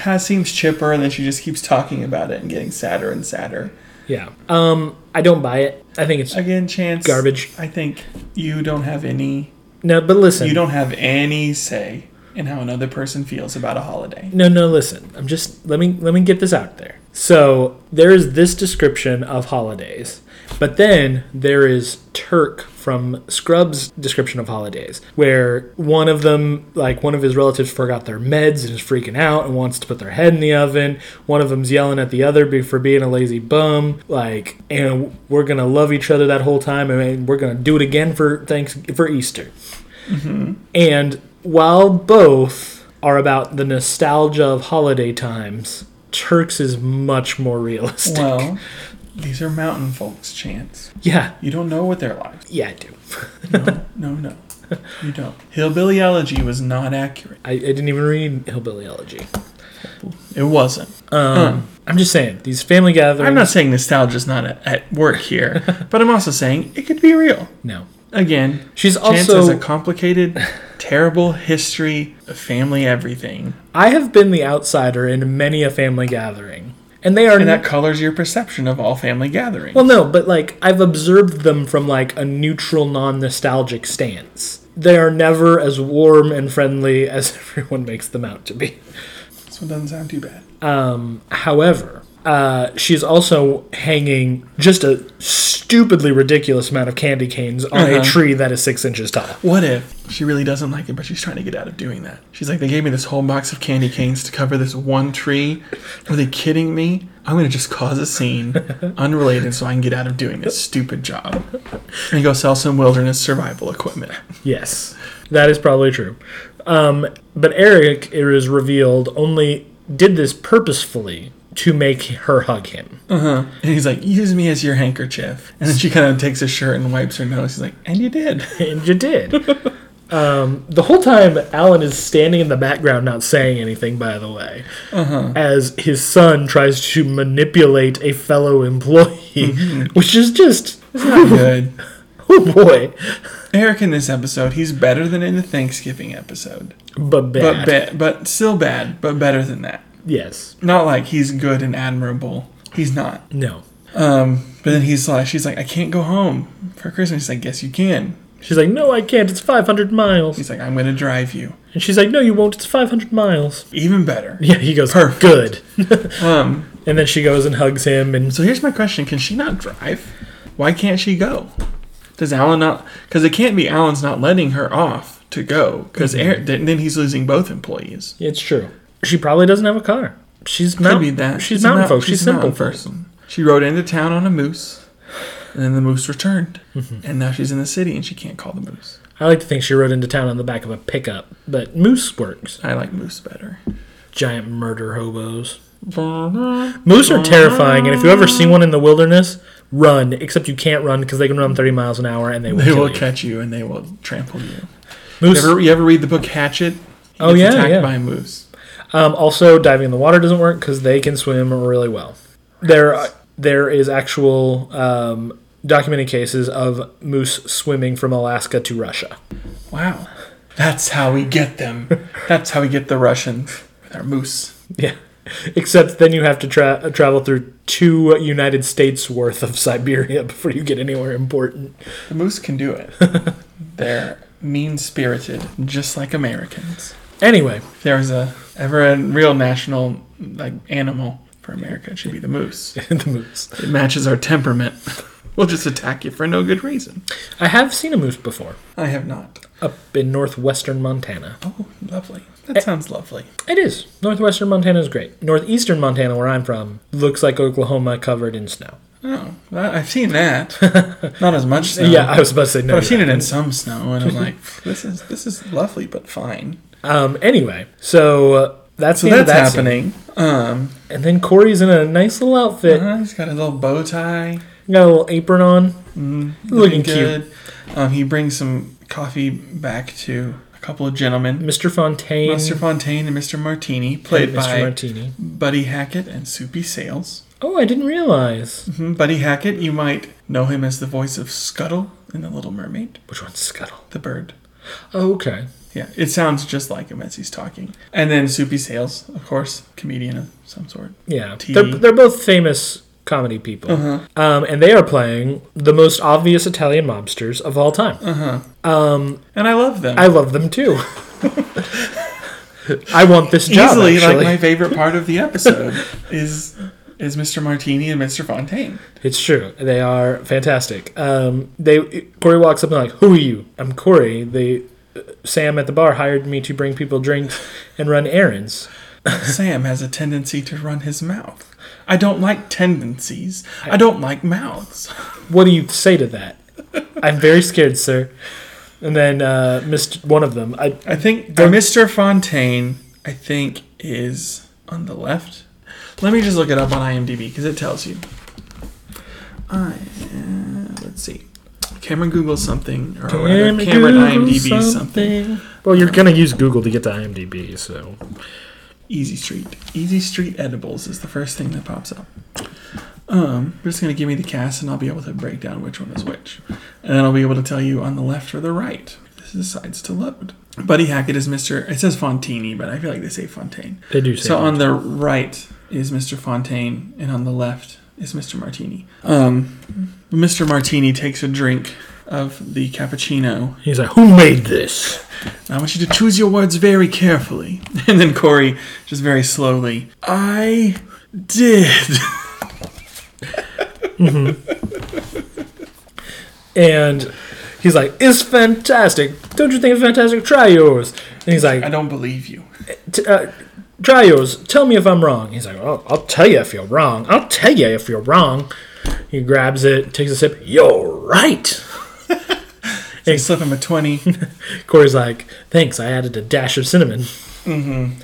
S1: has, seems chipper, and then she just keeps talking about it and getting sadder and sadder.
S2: Yeah. Um, I don't buy it. I think it's
S1: Again, chance
S2: garbage.
S1: I think you don't have any.
S2: No, but listen.
S1: You don't have any say in how another person feels about a holiday.
S2: No, no, listen. I'm just let me let me get this out there. So there is this description of holidays, but then there is Turk from Scrubs' description of holidays, where one of them, like one of his relatives, forgot their meds and is freaking out and wants to put their head in the oven. One of them's yelling at the other be- for being a lazy bum, like, and we're gonna love each other that whole time, and we're gonna do it again for thanks for Easter. And while both are about the nostalgia of holiday times. Turks is much more realistic.
S1: Well, these are mountain folks' chants.
S2: yeah,
S1: You don't know what they're like.
S2: yeah, I do.
S1: No, no, no. You don't. Hillbillyology was not accurate.
S2: I, I didn't even read Hillbillyology.
S1: It wasn't.
S2: Um, I'm just saying these family gatherings.
S1: I'm not saying nostalgia's not at, at work here, but I'm also saying it could be real.
S2: No,
S1: Again,
S2: she's
S1: Chance has
S2: also.
S1: a complicated, terrible history of family everything,
S2: I have been the outsider in many a family gathering, and they are
S1: and
S2: not.
S1: that colors your perception of all family gatherings.
S2: Well, no, but like I've observed them from like a neutral, non-nostalgic stance. They are never as warm and friendly as everyone makes them out to be.
S1: this one doesn't sound too bad.
S2: Um, however, uh, she's also hanging just a stupidly ridiculous amount of candy canes on a
S1: Uh-huh.
S2: tree that is six inches tall.
S1: What if she really doesn't like it, but she's trying to get out of doing that? She's like, they gave me this whole box of candy canes to cover this one tree. Are they kidding me? I'm gonna just cause a scene, unrelated, so I can get out of doing this stupid job, and go sell some wilderness survival equipment.
S2: Yes, that is probably true. Um, but Eric, it is revealed, only did this purposefully to make her hug him.
S1: And he's like, use me as your handkerchief. And then she kind of takes a shirt and wipes her nose. She's like, and you did.
S2: And you did. um, the whole time, Alan is standing in the background, not saying anything, by the way, as his son tries to manipulate a fellow employee, which is just,
S1: Good.
S2: oh boy,
S1: Eric in this episode, he's better than in the Thanksgiving episode.
S2: but bad.
S1: But ba- but still bad, but better than that.
S2: yes.
S1: Not like he's good and admirable. He's not.
S2: No.
S1: Um, but then he's like, she's like, I can't go home for Christmas. He's like, yes, you can.
S2: She's like, no, I can't. It's 500 miles.
S1: He's like, I'm going to drive you.
S2: And she's like, no, you won't. It's 500 miles.
S1: Even better.
S2: Yeah, he goes,
S1: Perfect.
S2: good.
S1: Um,
S2: And then she goes and hugs him, and
S1: so here's my question. Can she not drive? Why can't she go? Does Alan not? Because it can't be Alan's not letting her off to go. Because
S2: Mm-hmm.
S1: then then he's losing both employees.
S2: it's true. She probably doesn't have a car. She's
S1: Could
S2: mountain.
S1: be that.
S2: She's,
S1: a
S2: mountain
S1: mou-
S2: folk. She's,
S1: a
S2: simple
S1: mountain person. She rode into town on a moose, and then the moose returned,
S2: Mm-hmm.
S1: and now she's in the city and she can't call the moose.
S2: I like to think she rode into town on the back of a pickup, but moose works.
S1: I like moose better.
S2: Giant murder hobos. Moose are terrifying, and if you ever
S1: Ah.
S2: see one in the wilderness, run. Except you can't run because they can run 30 miles an hour and they will,
S1: They
S2: kill
S1: will
S2: you.
S1: catch you and they will trample you. You
S2: Moose.
S1: ever, you ever read the book Hatchet? He
S2: Oh,
S1: gets
S2: yeah,
S1: attacked
S2: yeah.
S1: by a moose.
S2: Um, also, diving in the water doesn't work because they can swim really well. There, uh, there is actual um, documented cases of moose swimming from Alaska to Russia.
S1: Wow, that's how we get them. that's how we get the Russians with our moose.
S2: Yeah. Except then you have to tra- travel through two United States worth of Siberia before you get anywhere important.
S1: The moose can do it. They're mean spirited, just like Americans.
S2: Anyway,
S1: If there was a ever a real national like animal for America, it should be the moose.
S2: the moose.
S1: It matches our temperament. we'll just attack you for no good reason.
S2: I have seen a moose before
S1: I have not.
S2: up in northwestern Montana.
S1: Oh, lovely.
S2: Eh.
S1: That sounds lovely.
S2: It is. Northwestern Montana is great. Northeastern Montana, where I'm from, looks like Oklahoma covered in snow.
S1: Oh, that, I've seen that. not as much snow.
S2: Yeah, I was about to say
S1: But
S2: no.
S1: Uh-huh. I've seen it in some snow, and I'm like, this is this is lovely, but fine.
S2: Um, anyway, so uh, that's
S1: So
S2: the end of
S1: that's
S2: that
S1: happening.
S2: scene.
S1: Um,
S2: And then Corey's in a nice little outfit,
S1: uh, he's got his little bow tie,
S2: got a little apron on, looking cute.
S1: Mm-hmm. good. Um, he brings some coffee back to a couple of gentlemen.
S2: Mr. Fontaine,
S1: Mr. Fontaine and Mr. Martini, played
S2: and Mr.
S1: by
S2: Mm. Martini.
S1: Buddy Hackett and Soupy Sales.
S2: Oh, I didn't realize.
S1: Mhm, Buddy Hackett, you might know him as the voice of Scuttle in The Little Mermaid,
S2: Which one's Scuttle?
S1: the bird.
S2: Oh, okay.
S1: Yeah, it sounds just like him as he's talking. And then Soupy Sales, of course, comedian of some sort.
S2: Yeah.
S1: T. Uh-huh.
S2: They're, they're both famous comedy people. Um, and they are playing the most obvious Italian mobsters of all time.
S1: Uh-huh. And I love them.
S2: I love them too. I want this job.
S1: Easily, like
S2: actually.
S1: my favorite part of the episode is is Mr. Martini and Mr. Fontaine.
S2: It's true. They are fantastic. Um, they Corey walks up and like, "Who are you?" I'm Corey. They uh, Sam at the bar hired me to bring people drinks and run errands.
S1: Sam has a tendency to run his mouth. I don't like tendencies. I don't like mouths.
S2: What do you say to that? I'm very scared, sir. And then uh, missed one of them. I
S1: I think Mr. Fontaine I think, is on the left. Let me just look it up on IMDb because it tells you. I, uh, let's see. Cameron Google something, or whatever.
S2: Let me
S1: Cameron
S2: Google
S1: IMDb something. something.
S2: Well, you're gonna use Google to get to IMDb, so
S1: Easy Street. Easy Street Edibles is the first thing that pops up. Um, it's going to give me the cast, and I'll be able to break down which one is which. And then I'll be able to tell you on the left or the right. This decides to load. Buddy Hackett is Mr. It says Fontini, but I feel like they say Fontaine.
S2: they do say.
S1: So on the right is Mr. Fontaine, and on the left is Mr. Martini. Um, Mr. Martini takes a drink of the cappuccino.
S2: He's like, who made this?
S1: I want you to choose your words very carefully. And then Corey, just very slowly, I did.
S2: And he's like, it's fantastic. Don't you think it's fantastic? Try yours. And he's like,
S1: I don't believe you.
S2: t- uh, try yours. Tell me if I'm wrong. He's like, oh, I'll tell you if you're wrong. I'll tell you if you're wrong. He grabs it, takes a sip. You're right.
S1: They slip him a 20.
S2: Corey's like, thanks. I added a dash of cinnamon. Mm-hmm.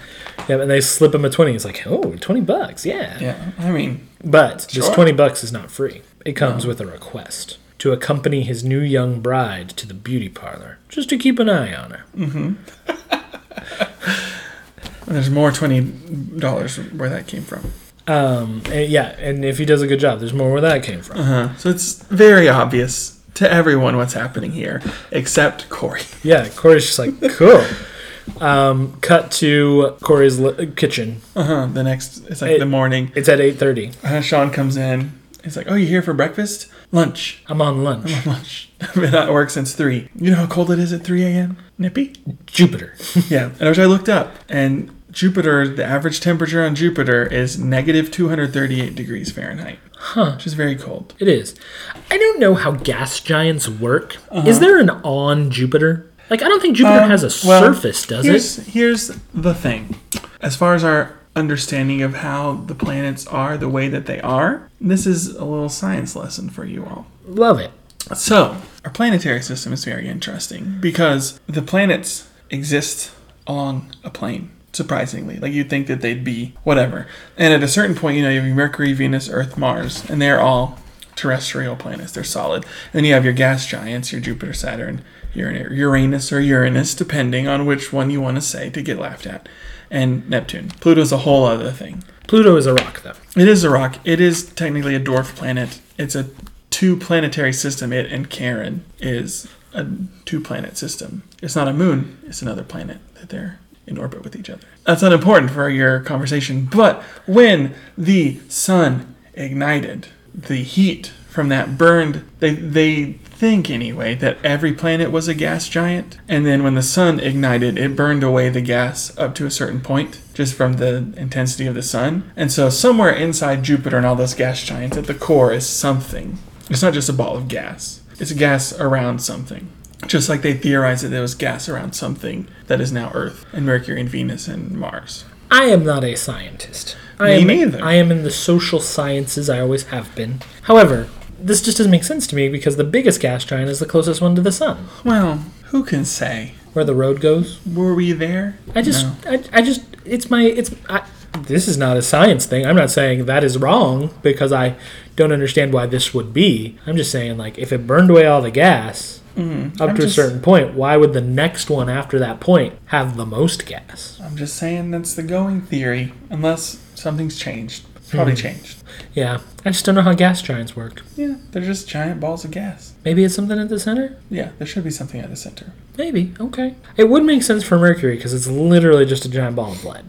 S2: Yeah, and they slip him a 20. He's like, oh, 20 bucks. Yeah.
S1: Yeah, I mean,
S2: But this
S1: Sure.
S2: 20 bucks is not free. It comes with a request to accompany his new young bride to the beauty parlor just to keep an eye on her.
S1: there's more $20 where that came from.
S2: Um, and yeah, and if he does a good job, there's more where that came from.
S1: Uh-huh. So it's very obvious to everyone what's happening here, except Corey.
S2: Yeah, Corey's just like, cool. Um, cut to Corey's li- kitchen.
S1: Uh-huh. The next, it's like
S2: Hey.
S1: the morning.
S2: It's at 8.30.
S1: Uh, Sean comes in. He's like, oh, you here for breakfast? Lunch.
S2: I'm on lunch.
S1: Lunch. I've been at work since 3. You know how cold it is at 3 a.m.? Nippy?
S2: Jupiter.
S1: Yeah, and which I looked up, and Jupiter, the average temperature on Jupiter is negative 238 degrees Fahrenheit. Huh. Which is very cold.
S2: It is. I don't know how gas giants work.
S1: Uh-huh.
S2: Is there an on Jupiter? Like, I don't think Jupiter has a
S1: Um, Well,
S2: surface, does it?
S1: here's, Here's the thing. As far as our understanding of how the planets are the way that they are, this is a little science lesson for you all.
S2: Love it.
S1: So, our planetary system is very interesting because the planets exist along a plane, surprisingly. Like, you'd think that they'd be whatever. And at a certain point, you know, you have Mercury, Venus, Earth, Mars, and they're all terrestrial planets. They're solid. And then you have your gas giants, your Jupiter, Saturn, Uran- Uranus, or Uranus, depending on which one you want to say to get laughed at, and Neptune. Pluto's a whole other thing.
S2: Pluto is a rock, though.
S1: It is a rock. It is technically a dwarf planet. It's a two planetary system. It and Charon is a two planet system. It's not a moon, it's another planet that they're in orbit with each other. That's not important for your conversation, but when the sun ignited, the heat from that burned they they think anyway that every planet was a gas giant and then when the sun ignited it burned away the gas up to a certain point just from the intensity of the sun and so somewhere inside jupiter and all those gas giants at the core is something it's not just a ball of gas it's a gas around something just like they theorized that there was gas around something that is now earth and mercury and venus and mars
S2: I am not a scientist. I
S1: Me
S2: am,
S1: neither.
S2: I am in the social sciences. I always have been. However, this just doesn't make sense to me because the biggest gas giant is the closest one to the sun,
S1: well who can say
S2: where the road goes.
S1: were we there
S2: I just,
S1: No.
S2: I, I just, it's my, it's. I, this is not a science thing. I'm not saying that is wrong because I don't understand why this would be. I'm just saying like if it burned away all the gas up
S1: Mm-hmm. I'm
S2: to
S1: just-
S2: a certain point, why would the next one after that point have the most gas?
S1: I'm just saying that's the going theory, unless something's changed. Probably
S2: Hmm.
S1: changed.
S2: Yeah, I just don't know how gas giants work.
S1: Yeah, they're just giant balls of gas.
S2: Maybe it's something at the center.
S1: Yeah, there should be something at the center.
S2: Maybe. Okay. It would make sense for Mercury because it's literally just a giant ball of lead.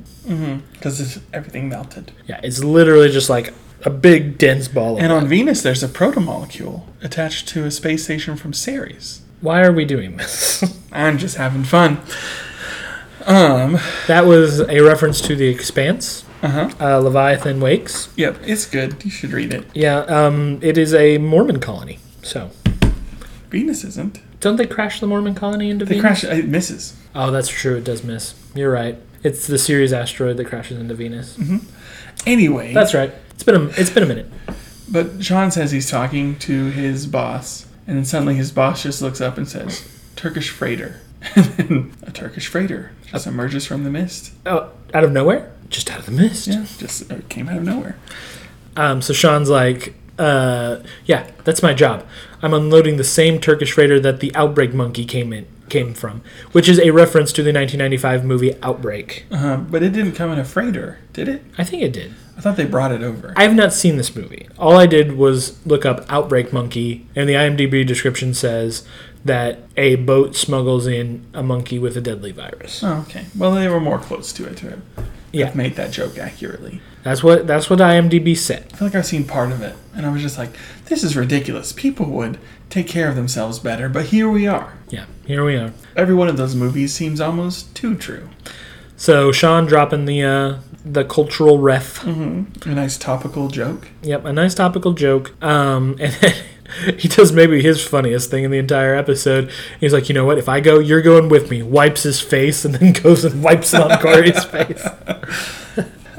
S1: Because it's everything melted.
S2: Yeah, it's literally just like a big dense ball of
S1: And
S2: lead.
S1: on Venus, there's a protomolecule attached to a space station from Ceres.
S2: Why are we doing this?
S1: I'm just having fun.
S2: that was a reference to The Expanse.
S1: Uh-huh.
S2: Uh, Leviathan Wakes.
S1: Yep, it's good. You should read it.
S2: Yeah, um, it is a Mormon colony. So,
S1: Venus isn't.
S2: don't they crash the Mormon colony into
S1: They
S2: Venus?
S1: crash. It misses.
S2: Oh, that's true. It does miss. You're right. It's the Ceres asteroid that crashes into Venus.
S1: Mm-hmm. Anyway,
S2: That's right. It's been a, it's been a minute.
S1: but Sean says he's talking to his boss, and then suddenly his boss just looks up and says, "Turkish freighter." and then a Turkish freighter just emerges from the mist.
S2: Oh, out of nowhere? Just out of the mist.
S1: Yeah, just uh, came out of nowhere.
S2: Um, so Sean's like, uh, yeah, that's my job. I'm unloading the same Turkish freighter that the Outbreak Monkey came in came from, which is a reference to the 1995 movie Outbreak.
S1: Uh, but it didn't come in a freighter, did it?
S2: I think it did.
S1: I thought they brought it over.
S2: I have not seen this movie. All I did was look up Outbreak Monkey, and the IMDb description says that a boat smuggles in a monkey with a deadly virus.
S1: Oh, okay. Well, they were more close to it to have
S2: Yeah.
S1: made that joke accurately.
S2: That's what that's what IMDb said.
S1: I feel like I've seen part of it, and I was just like, this is ridiculous. People would take care of themselves better, but here we are.
S2: Yeah, here we are.
S1: Every one of those movies seems almost too true.
S2: So Sean dropping the uh, the cultural ref.
S1: A nice topical joke.
S2: Yep, a nice topical joke. Um, and then he does maybe his funniest thing in the entire episode. He's like, you know what? If I go, you're going with me. Wipes his face and then goes and wipes it on Corey's face.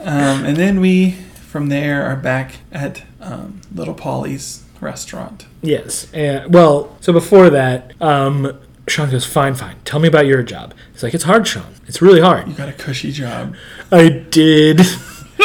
S1: Um, and then we, from there, are back at um, Little Polly's restaurant.
S2: Yes. And, well, so before that, um, Sean goes, fine, fine. Tell me about your job. He's like, it's hard, Sean. It's really hard.
S1: You got a cushy job.
S2: I did.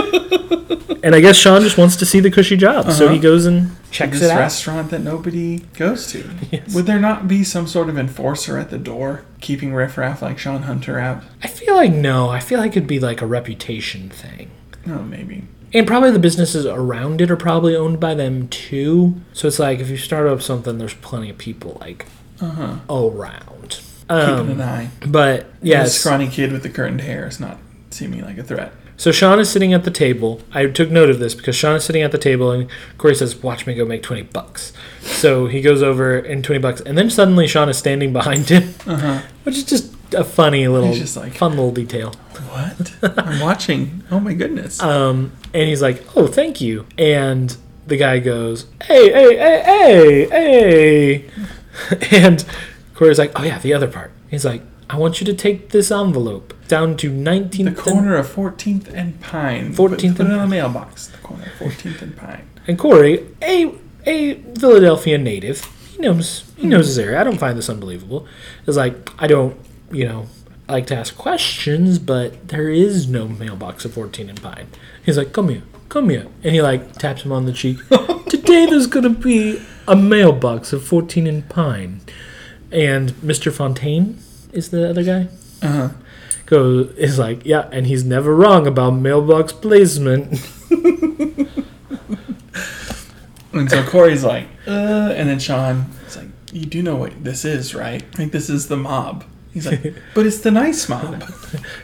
S2: and I guess Sean just wants to see the cushy job, so
S1: Uh-huh.
S2: he goes and checks
S1: this
S2: it out.
S1: restaurant that nobody goes to.
S2: Yes.
S1: Would there not be some sort of enforcer at the door keeping riffraff like Sean Hunter out?
S2: I feel like no. I feel like it'd be like a reputation thing.
S1: Oh, maybe.
S2: And probably the businesses around it are probably owned by them too. So it's like if you start up something, there's plenty of people like Uh-huh. around.
S1: Keeping
S2: Um,
S1: an eye.
S2: but
S1: The
S2: yes.
S1: scrawny kid with the curtained hair is not seeming like a threat.
S2: So Sean is sitting at the table. I took note of this because Sean is sitting at the table and Corey says, "Watch me go make twenty bucks." So he goes over and twenty bucks, and then suddenly Sean is standing behind him,
S1: Uh-huh.
S2: which is just a funny little,
S1: He's just like-
S2: fun little detail.
S1: What? I'm watching. Oh my goodness.
S2: Um, and he's like, "Oh, thank you." And the guy goes, "Hey, hey, hey, hey, hey!" and Corey's like, "Oh yeah, the other part." He's like, "I want you to take this envelope down to
S1: the
S2: 19th and,
S1: corner of 14th and Pine.
S2: 14th
S1: put, put
S2: and
S1: it on the mailbox. The corner of 14th and Pine.
S2: and Corey, a a Philadelphia native, he knows he knows his area. I don't find this unbelievable. Is like, I don't, you know, I like to ask questions, but there is no mailbox of 14 and Pine. He's like, come here, come here, and he like taps him on the cheek. Today there's gonna be a mailbox of 14 and Pine, and Mr. Fontaine is the other guy.
S1: Uh-huh.
S2: Goes is like, yeah, and he's never wrong about mailbox placement.
S1: And so Corey's like, uh, and then Sean is like, you do know what this is, right? Like, this is the mob. He's like, but it's the nice mob.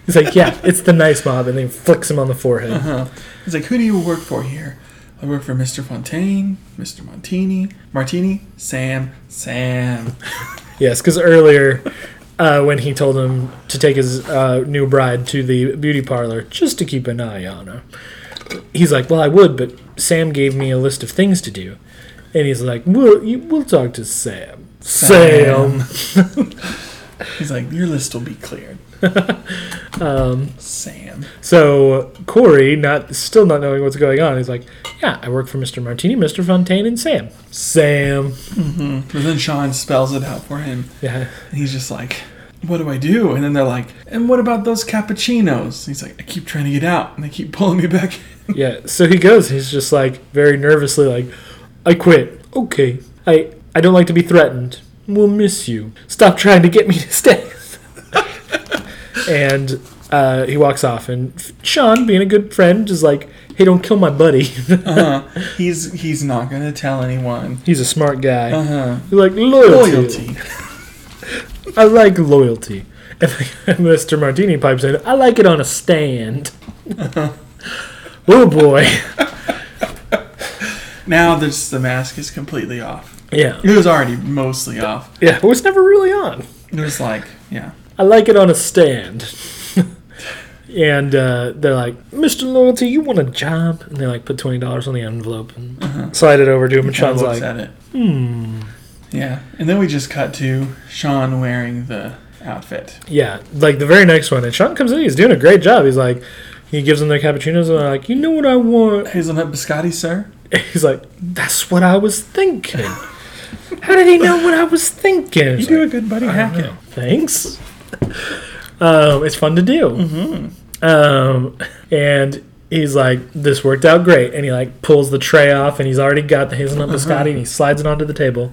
S2: He's like, yeah, it's the nice mob, and then flicks him on the forehead.
S1: Uh-huh. He's like, who do you work for here? I work for Mr. Fontaine, Mr. Martini, Martini, Sam, Sam.
S2: Yes, because earlier, uh, when he told him to take his uh, new bride to the beauty parlor just to keep an eye on her, he's like, well, I would, but Sam gave me a list of things to do, and he's like, we'll you- we'll talk to Sam. Sam.
S1: He's like, your list will be cleared. um, Sam.
S2: So Corey, not still not knowing what's going on, he's like, yeah, I work for Mr. Martini, Mr. Fontaine, and Sam. Sam.
S1: But then Sean spells it out for him.
S2: Yeah.
S1: And he's just like, what do I do? And then they're like, and what about those cappuccinos? He's like, I keep trying to get out, and they keep pulling me back.
S2: Yeah, so he goes. He's just like very nervously, like, "I quit. Okay, I I don't like to be threatened. We'll miss you. Stop trying to get me to stay." and uh, he walks off. And Sean, being a good friend, is like, "Hey, don't kill my buddy.
S1: Uh-huh. he's he's not gonna tell anyone.
S2: He's a smart guy.
S1: Uh-huh.
S2: He's like loyalty.
S1: Loyalty.
S2: I like loyalty." And Mr. Martini pipes in, "I like it on a stand."
S1: Uh-huh.
S2: oh boy.
S1: Now this the mask is completely off.
S2: Yeah.
S1: It was already mostly off.
S2: Yeah. It was never really on.
S1: It was like, yeah.
S2: I like it on a stand. and uh, they're like, Mr. Loyalty, you want a job? And they like put twenty dollars on the envelope and slide it over to him. And
S1: Sean
S2: Sean's
S1: Uh-huh. looks
S2: like, "Hmm."
S1: at it. Yeah, and then we just cut to Sean wearing the outfit.
S2: Yeah, like the very next one. And Sean comes in, he's doing a great job. He's like, he gives them their cappuccinos, and they're like, you know what I want?
S1: Hazelnut biscotti, sir.
S2: He's like, that's what I was thinking. How did he know what I was thinking?
S1: You
S2: He's
S1: do a
S2: like,
S1: good buddy
S2: "I don't
S1: hacking.
S2: know. Thanks. um, it's fun to do.
S1: Mm-hmm.
S2: Um, and he's like, "This worked out great." And he like pulls the tray off, and he's already got the hazelnut
S1: Uh-huh.
S2: biscotti, and he slides it onto the table.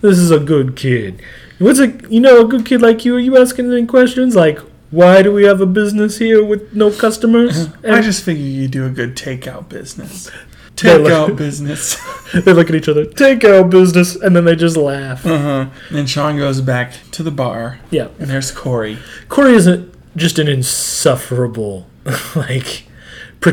S2: This is a good kid. What's a you know a good kid like you? Are you asking any questions like? Why do we have a business here with no customers?
S1: Uh-huh. I just figure you do a good takeout business.
S2: They look-
S1: Takeout business.
S2: they look at each other, take our business, and then they just laugh.
S1: Uh-huh. And then Sean goes back to the bar,
S2: Yeah.
S1: and there's Corey.
S2: Corey is a, just an insufferable, like,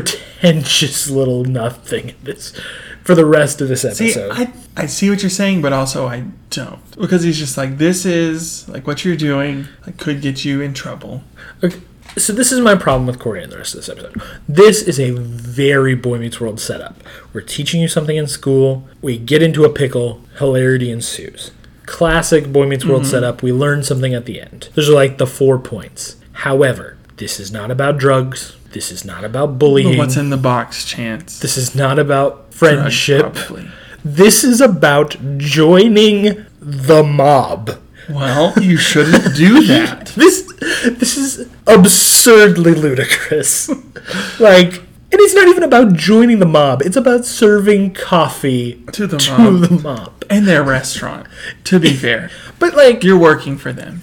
S2: pretentious little nothing in this for the rest of this episode.
S1: See, I, I see what you're saying, but also I don't. Because he's just like, this is, like, what you're doing like, could get you in trouble.
S2: Okay, so this is my problem with Corey and the rest of this episode. This is a very Boy Meets World setup. We're teaching you something in school. We get into a pickle. Hilarity ensues. Classic Boy Meets
S1: Mm-hmm.
S2: World setup. We learn something at the end. Those are like the four points. However, this is not about drugs. This is not about bullying.
S1: What's in the box chance?
S2: this is not about
S1: Drug,
S2: friendship.
S1: probably.
S2: This is about joining the mob.
S1: Well, you shouldn't do that.
S2: This this is absurdly ludicrous. like, and it's not even about joining the mob. It's about serving coffee
S1: To the
S2: to
S1: mob.
S2: the mob.
S1: And their restaurant, to be fair.
S2: But like,
S1: You're working for them.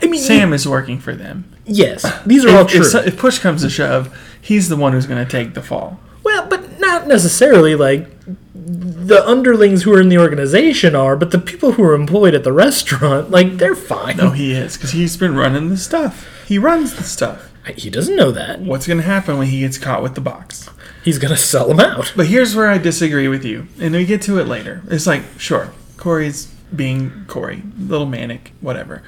S2: I mean,
S1: Sam is working for them.
S2: yes, these are
S1: If-
S2: all Oh, true.
S1: If, so- if push comes to shove, he's the one who's going to take the fall.
S2: well, but not necessarily like the underlings who are in the organization are, but the people who are employed at the restaurant, like they're fine.
S1: No, he is, because he's been running the stuff. He runs the stuff.
S2: He doesn't know that.
S1: What's going to happen when he gets caught with the box?
S2: He's gonna sell them out.
S1: But here's where I disagree with you, and we get to it later. It's like, sure, Corey's being Corey, little manic, whatever.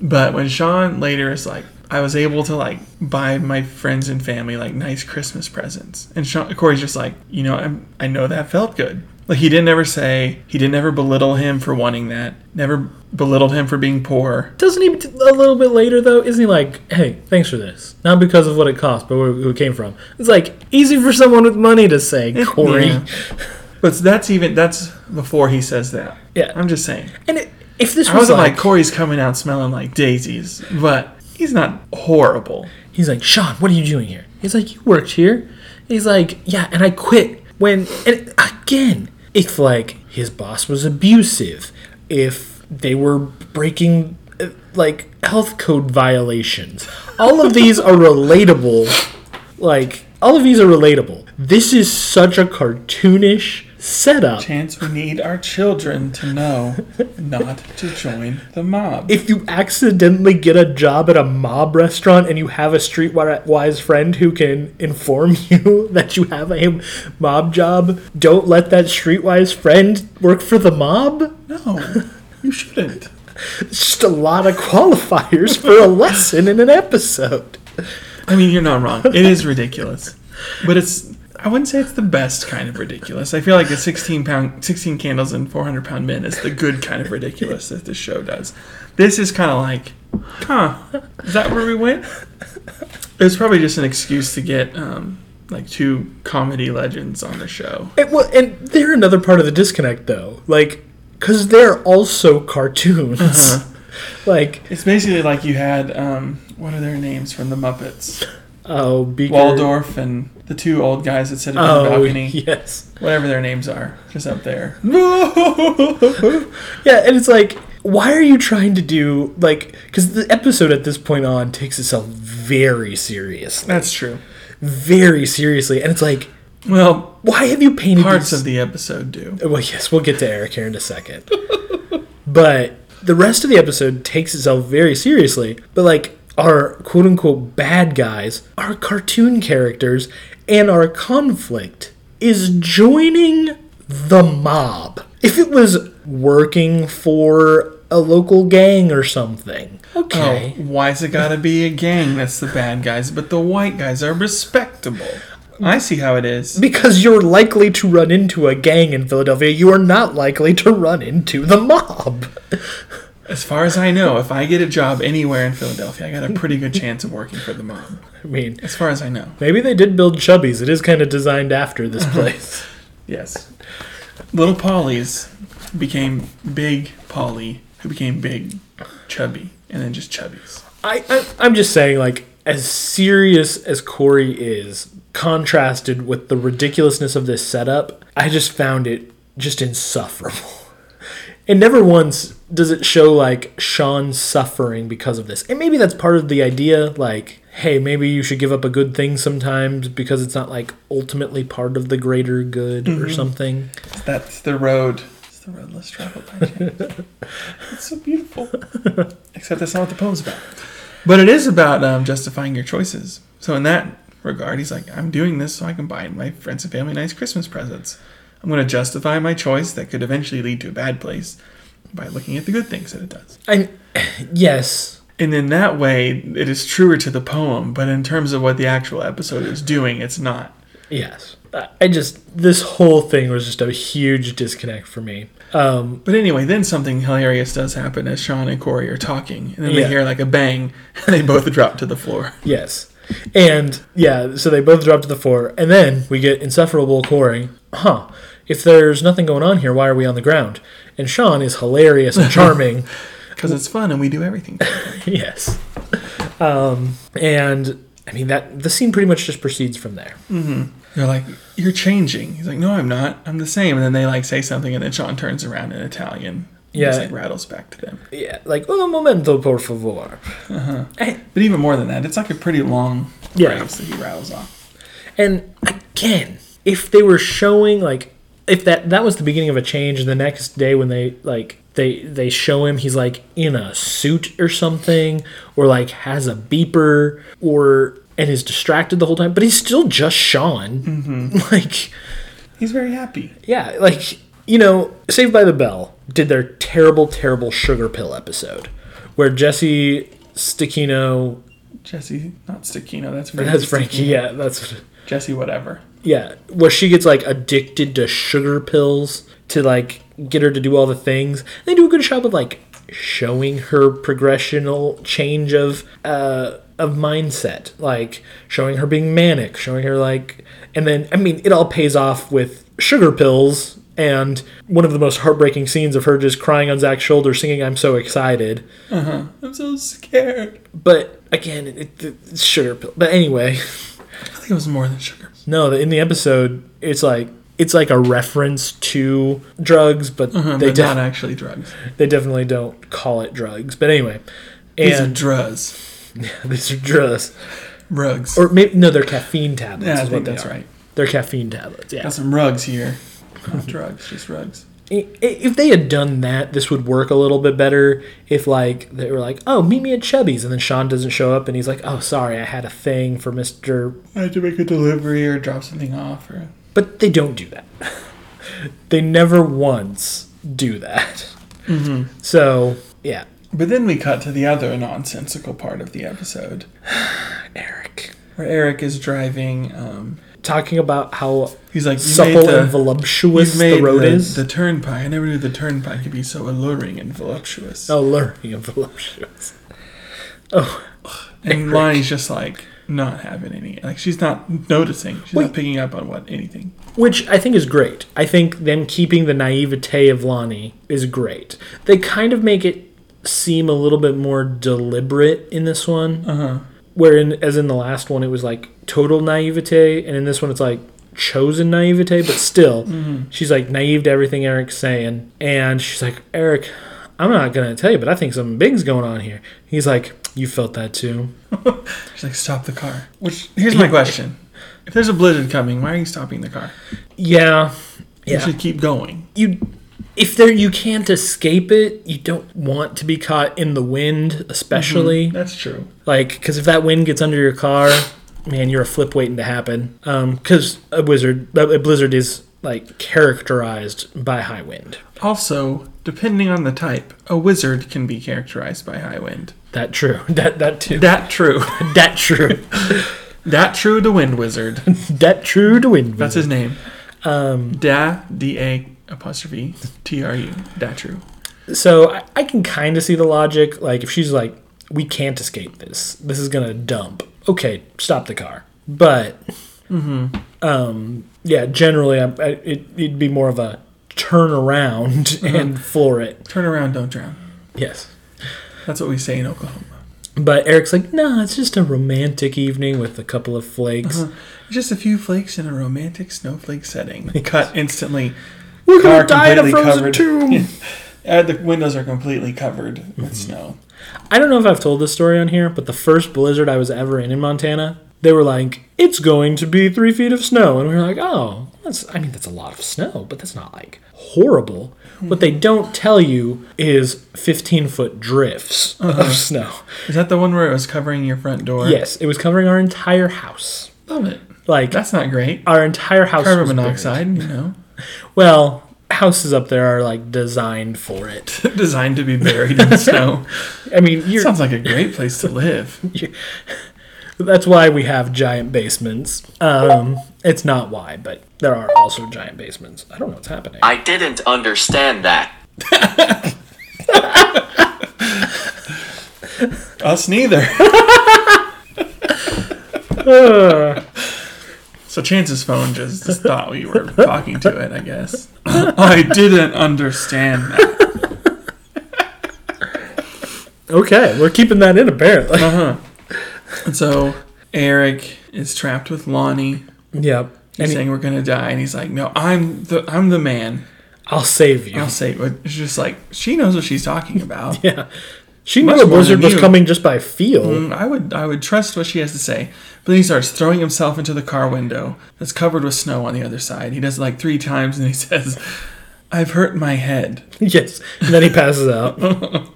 S1: But when Sean later is like, I was able to like buy my friends and family like nice Christmas presents, and Sean, Corey's just like, you know, I'm, I know that felt good. Like he didn't ever say he didn't ever belittle him for wanting that. Never belittled him for being poor.
S2: Doesn't he a little bit later though? Isn't he like, hey, thanks for this, not because of what it cost, but where, who it came from? It's like easy for someone with money to say, Corey.
S1: Eh, Yeah. But that's even that's before he says that.
S2: Yeah.
S1: I'm just saying.
S2: And it, if this
S1: I
S2: was
S1: wasn't like,
S2: like,
S1: Corey's coming out smelling like daisies, but he's not horrible.
S2: he's like, Sean, what are you doing here? He's like, you worked here. He's like, yeah, and I quit when. And again, if like his boss was abusive, if they were breaking uh, like health code violations, all of these are relatable. Like all of these are relatable. This is such a cartoonish setup.
S1: Chance, we need our children to know not to join the mob.
S2: if you accidentally get a job at a mob restaurant and you have a streetwise friend who can inform you that you have a mob job, don't let that streetwise friend work for the mob.
S1: no, you shouldn't.
S2: It's just a lot of qualifiers for a lesson in an episode.
S1: I mean, you're not wrong. It is ridiculous, but it's. I wouldn't say it's the best kind of ridiculous. I feel like the 16 pound, 16 candles and 400 pound men is the good kind of ridiculous that this show does. This is kind of like, huh? Is that where we went? It's probably just an excuse to get um, like two comedy legends on the show.
S2: And, well, and they're another part of the disconnect, though. Like, because they're also cartoons. Like,
S1: It's basically like you had um, what are their names from the Muppets?
S2: oh, Beaker.
S1: Waldorf and the two old guys that sit up on the
S2: Oh,
S1: balcony.
S2: yes.
S1: Whatever their names are, just up there.
S2: Yeah, and it's like, why are you trying to do like? Because the episode at this point on takes itself very seriously,
S1: That's true.
S2: very seriously, and it's like,
S1: Well,
S2: why have you painted
S1: parts
S2: these-
S1: of the episode do.
S2: Well, yes, we'll get to Eric here in a second, but the rest of the episode takes itself very seriously. But like, our quote unquote bad guys are cartoon characters, and our conflict is joining the mob. If it was working for a local gang or something,
S1: Oh,
S2: Um, okay.
S1: why's it gotta be a gang that's the bad guys, but the white guys are respectable? I see how it is.
S2: Because you're likely to run into a gang in Philadelphia, you are not likely to run into the mob.
S1: As far as I know, if I get a job anywhere in Philadelphia, I got a pretty good chance of working for the mob.
S2: I mean,
S1: As far as I know.
S2: Maybe they did build Chubbies. It is kind of designed after this place.
S1: Yes. Little Polly's became Big Polly, who became Big Chubby, and then just Chubbies.
S2: I, I I'm just saying, like, as serious as Corey is, contrasted with the ridiculousness of this setup, I just found it just insufferable. And never once does it show like Sean suffering because of this. And maybe that's part of the idea, like, hey, maybe you should give up a good thing sometimes because it's not like ultimately part of the greater good or something.
S1: That's the road. It's the road less traveled by James. it's so beautiful. Except that's not what the poem's about. But it is about um, justifying your choices. So in that regard, he's like, I'm doing this so I can buy my friends and family nice Christmas presents. I'm going to justify my choice that could eventually lead to a bad place by looking at the good things that it does.
S2: I yes.
S1: And in that way, it is truer to the poem, but in terms of what the actual episode is doing, it's not.
S2: Yes. I- I just this whole thing was just a huge disconnect for me. Um
S1: But anyway, then something hilarious does happen as Sean and Corey are talking, and then
S2: Yeah.
S1: they hear like a bang, and they both drop to the floor.
S2: yes. And yeah, so they both drop to the floor and then we get insufferable Corey. Huh. If there's nothing going on here, why are we on the ground? And Sean is hilarious and charming.
S1: Because it's fun and we do everything.
S2: yes. Um and I mean that the scene pretty much just proceeds from there.
S1: They're like, You're changing. He's like, No, I'm not. I'm the same. And then they like say something, and then Sean turns around in Italian. and Just
S2: Yeah.
S1: like rattles back to them.
S2: Yeah, like un momento por favor.
S1: But even more than that, it's like a pretty long
S2: Yeah.
S1: phrase that he rattles off.
S2: And again, if they were showing like if that that was the beginning of a change and the next day when they like they they show him he's like in a suit or something or like has a beeper or and is distracted the whole time, but he's still just Sean. Like
S1: He's very happy.
S2: yeah, like you know, Saved by the Bell did their terrible terrible sugar pill episode where Jesse Stakino
S1: Jesse, not Stakino, that's Frankie.
S2: that's Frankie. Yeah, that's
S1: Jesse, whatever.
S2: Yeah, where she gets like addicted to sugar pills to like get her to do all the things. They do a good job of like showing her progressional change of uh of mindset, like showing her being manic, showing her like and then I mean it all pays off with sugar pills and one of the most heartbreaking scenes of her just crying on Zach's shoulder singing I'm so excited.
S1: I'm so scared.
S2: But again, it, it, it's sugar pill. But anyway,
S1: I think it was more than sugar.
S2: No, the- in the episode, it's like it's like a reference to drugs, but
S1: Um,
S2: they
S1: but
S2: def-
S1: not actually drugs.
S2: they definitely don't call it drugs. But anyway,
S1: These are
S2: and
S1: drugs.
S2: these are drugs,
S1: Rugs.
S2: or maybe no, they're caffeine tablets.
S1: yeah, I
S2: is
S1: think
S2: what they
S1: that's
S2: are.
S1: right.
S2: They're caffeine tablets. Yeah.
S1: Got some rugs here. Not drugs, just rugs.
S2: I- i- If they had done that, this would work a little bit better. If like they were like, "Oh, meet me at Chubby's," and then Sean doesn't show up, and he's like, "Oh, sorry, I had a thing for Mister
S1: I had to make a delivery or drop something off or
S2: But they don't do that. they never once do that.
S1: Mm-hmm.
S2: So, yeah.
S1: But then we cut to the other nonsensical part of the episode,
S2: Eric.
S1: where Eric is driving. Um,
S2: Talking about how
S1: he's like, you made
S2: supple
S1: the,
S2: and voluptuous
S1: you made
S2: the road
S1: the,
S2: is.
S1: the turnpike. I never knew the turnpike could be so alluring and voluptuous.
S2: oh, luring and voluptuous.
S1: and Lonnie's just like not having any. Like she's not noticing. She's
S2: Wait.
S1: not picking up on what anything.
S2: Which I think is great. I think them keeping the naivete of Lonnie is great. They kind of make it seem a little bit more deliberate in this one.
S1: Uh huh.
S2: where in as in the last one it was like total naivete and in this one it's like chosen naivete but still she's like naive to everything eric's saying and she's like eric i'm not gonna tell you but i think something big's going on here he's like you felt that too
S1: She's like, stop the car. Which here's my question: If there's a blizzard coming, why are you stopping the car?
S2: yeah yeah
S1: You should keep going.
S2: you if there you can't escape it you don't want to be caught in the wind especially
S1: That's true.
S2: Like, because if that wind gets under your car, man, you're a flip waiting to happen. Because a wizard, a blizzard is like characterized by high wind.
S1: Also, depending on the type, a wizard can be characterized by high wind.
S2: That true. That that too.
S1: That true.
S2: That true.
S1: that true. The wind wizard.
S2: that true to wind.
S1: That's his name.
S2: Um,
S1: Da D A apostrophe T R U. Da true.
S2: so I, I can kind of see the logic. Like, if she's like, we can't escape this. This is gonna dump. Okay, stop the car. But,
S1: Mm-hmm.
S2: um, yeah, generally, I'm, I, it, it'd be more of a turn
S1: Uh-huh.
S2: around and floor it.
S1: Turn around, don't drown.
S2: Yes.
S1: That's what we say in Oklahoma.
S2: But Eric's like, nah, it's just a romantic evening with a couple of flakes.
S1: Uh-huh. Just a few flakes in a romantic snowflake setting. Cut instantly.
S2: We're
S1: Car
S2: gonna die in a
S1: completely
S2: frozen
S1: covered.
S2: tomb.
S1: Uh, the windows are completely covered
S2: Mm-hmm.
S1: with snow.
S2: I don't know if I've told this story on here, but the first blizzard I was ever in in Montana, they were like, "It's going to be three feet of snow," and we were like, "Oh, that's I mean that's a lot of snow, but that's not like horrible." What they don't tell you is 15 foot drifts
S1: Uh-huh.
S2: of snow.
S1: Is that the one where it was covering your front door?
S2: Yes, it was covering our entire house.
S1: Love it.
S2: Like
S1: That's not great.
S2: our entire house. was
S1: Carbon
S2: Oh, buried.
S1: monoxide, you know,
S2: Well, houses up there are like designed for it.
S1: designed to be buried in snow.
S2: I mean, you're,
S1: Sounds like a great place to live.
S2: That's why we have giant basements. Um, it's not why, but there are also giant basements. I don't know what's happening.
S3: I didn't understand that.
S1: Us neither. so chances phone just, just thought we were talking to it, I guess. I didn't understand that.
S2: Okay, we're keeping that in apparently.
S1: Uh-huh. And so Eric is trapped with Lonnie.
S2: yep.
S1: He's
S2: And he-
S1: saying we're gonna die, and he's like, "No, I'm the I'm the man."
S2: I'll save you.
S1: I'll say, but it's just like she knows what she's talking about.
S2: yeah. She
S1: Much
S2: knew a
S1: more
S2: blizzard
S1: than
S2: was
S1: you. Mm.
S2: coming just by feel.
S1: I would I would trust what she has to say. But then he starts throwing himself into the car window that's covered with snow on the other side. He does it like three times and he says, I've hurt my head.
S2: yes. And then he passes out.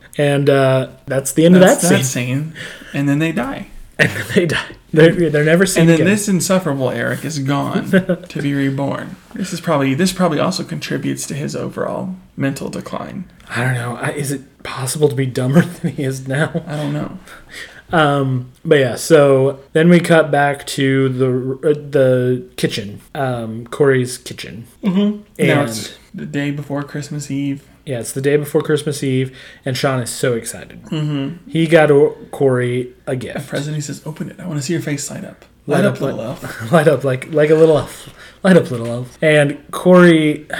S2: and uh, that's the end
S1: That's
S2: of
S1: that,
S2: that, scene.
S1: scene. And then they die.
S2: And then they die. They're, they're never seen
S1: And then
S2: again.
S1: this insufferable Eric is gone to be reborn. This is probably this probably also contributes to his overall mental decline.
S2: I don't know. I, is it possible to be dumber than he is now?
S1: I don't know.
S2: Um, but yeah, so then we cut back to the uh, the kitchen, um, Corey's kitchen, mm-hmm. and
S1: now it's the day before Christmas Eve.
S2: yeah, it's the day before Christmas Eve, and Sean is so excited. Mm-hmm. He got o- Corey a gift.
S1: President he says, Open it. I want to see your face light up.
S2: Light
S1: Light,
S2: up,
S1: up, little
S2: light-
S1: elf.
S2: light up like like a little elf. Light up, little elf. And Corey.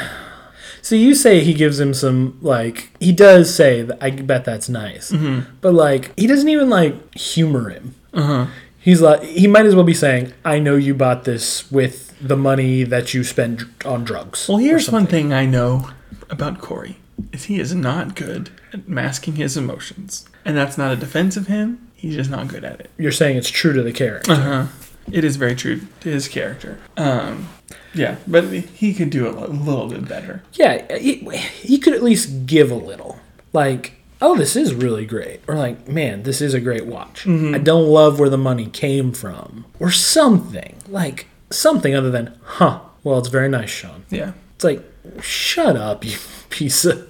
S2: So you say he gives him some like he does say that I bet that's nice,
S1: Mm-hmm.
S2: but like he doesn't even like humor him.
S1: Uh-huh.
S2: He's like he might as well be saying, "I know you bought this with the money that you spend on drugs."
S1: Well, here's one thing I know about Corey is he is not good at masking his emotions, and that's not a defense of him. He's just not good at it.
S2: You're saying it's true to the character.
S1: It is very true to his character. Um, yeah, but he could do a little bit better.
S2: Yeah, he, he could at least give a little. Like, oh, this is really great. Or like, man, this is a great watch. I don't love where the money came from. Or something. Like, something other than, huh, well, it's very nice, Sean.
S1: Yeah,
S2: It's like, shut up, you piece of,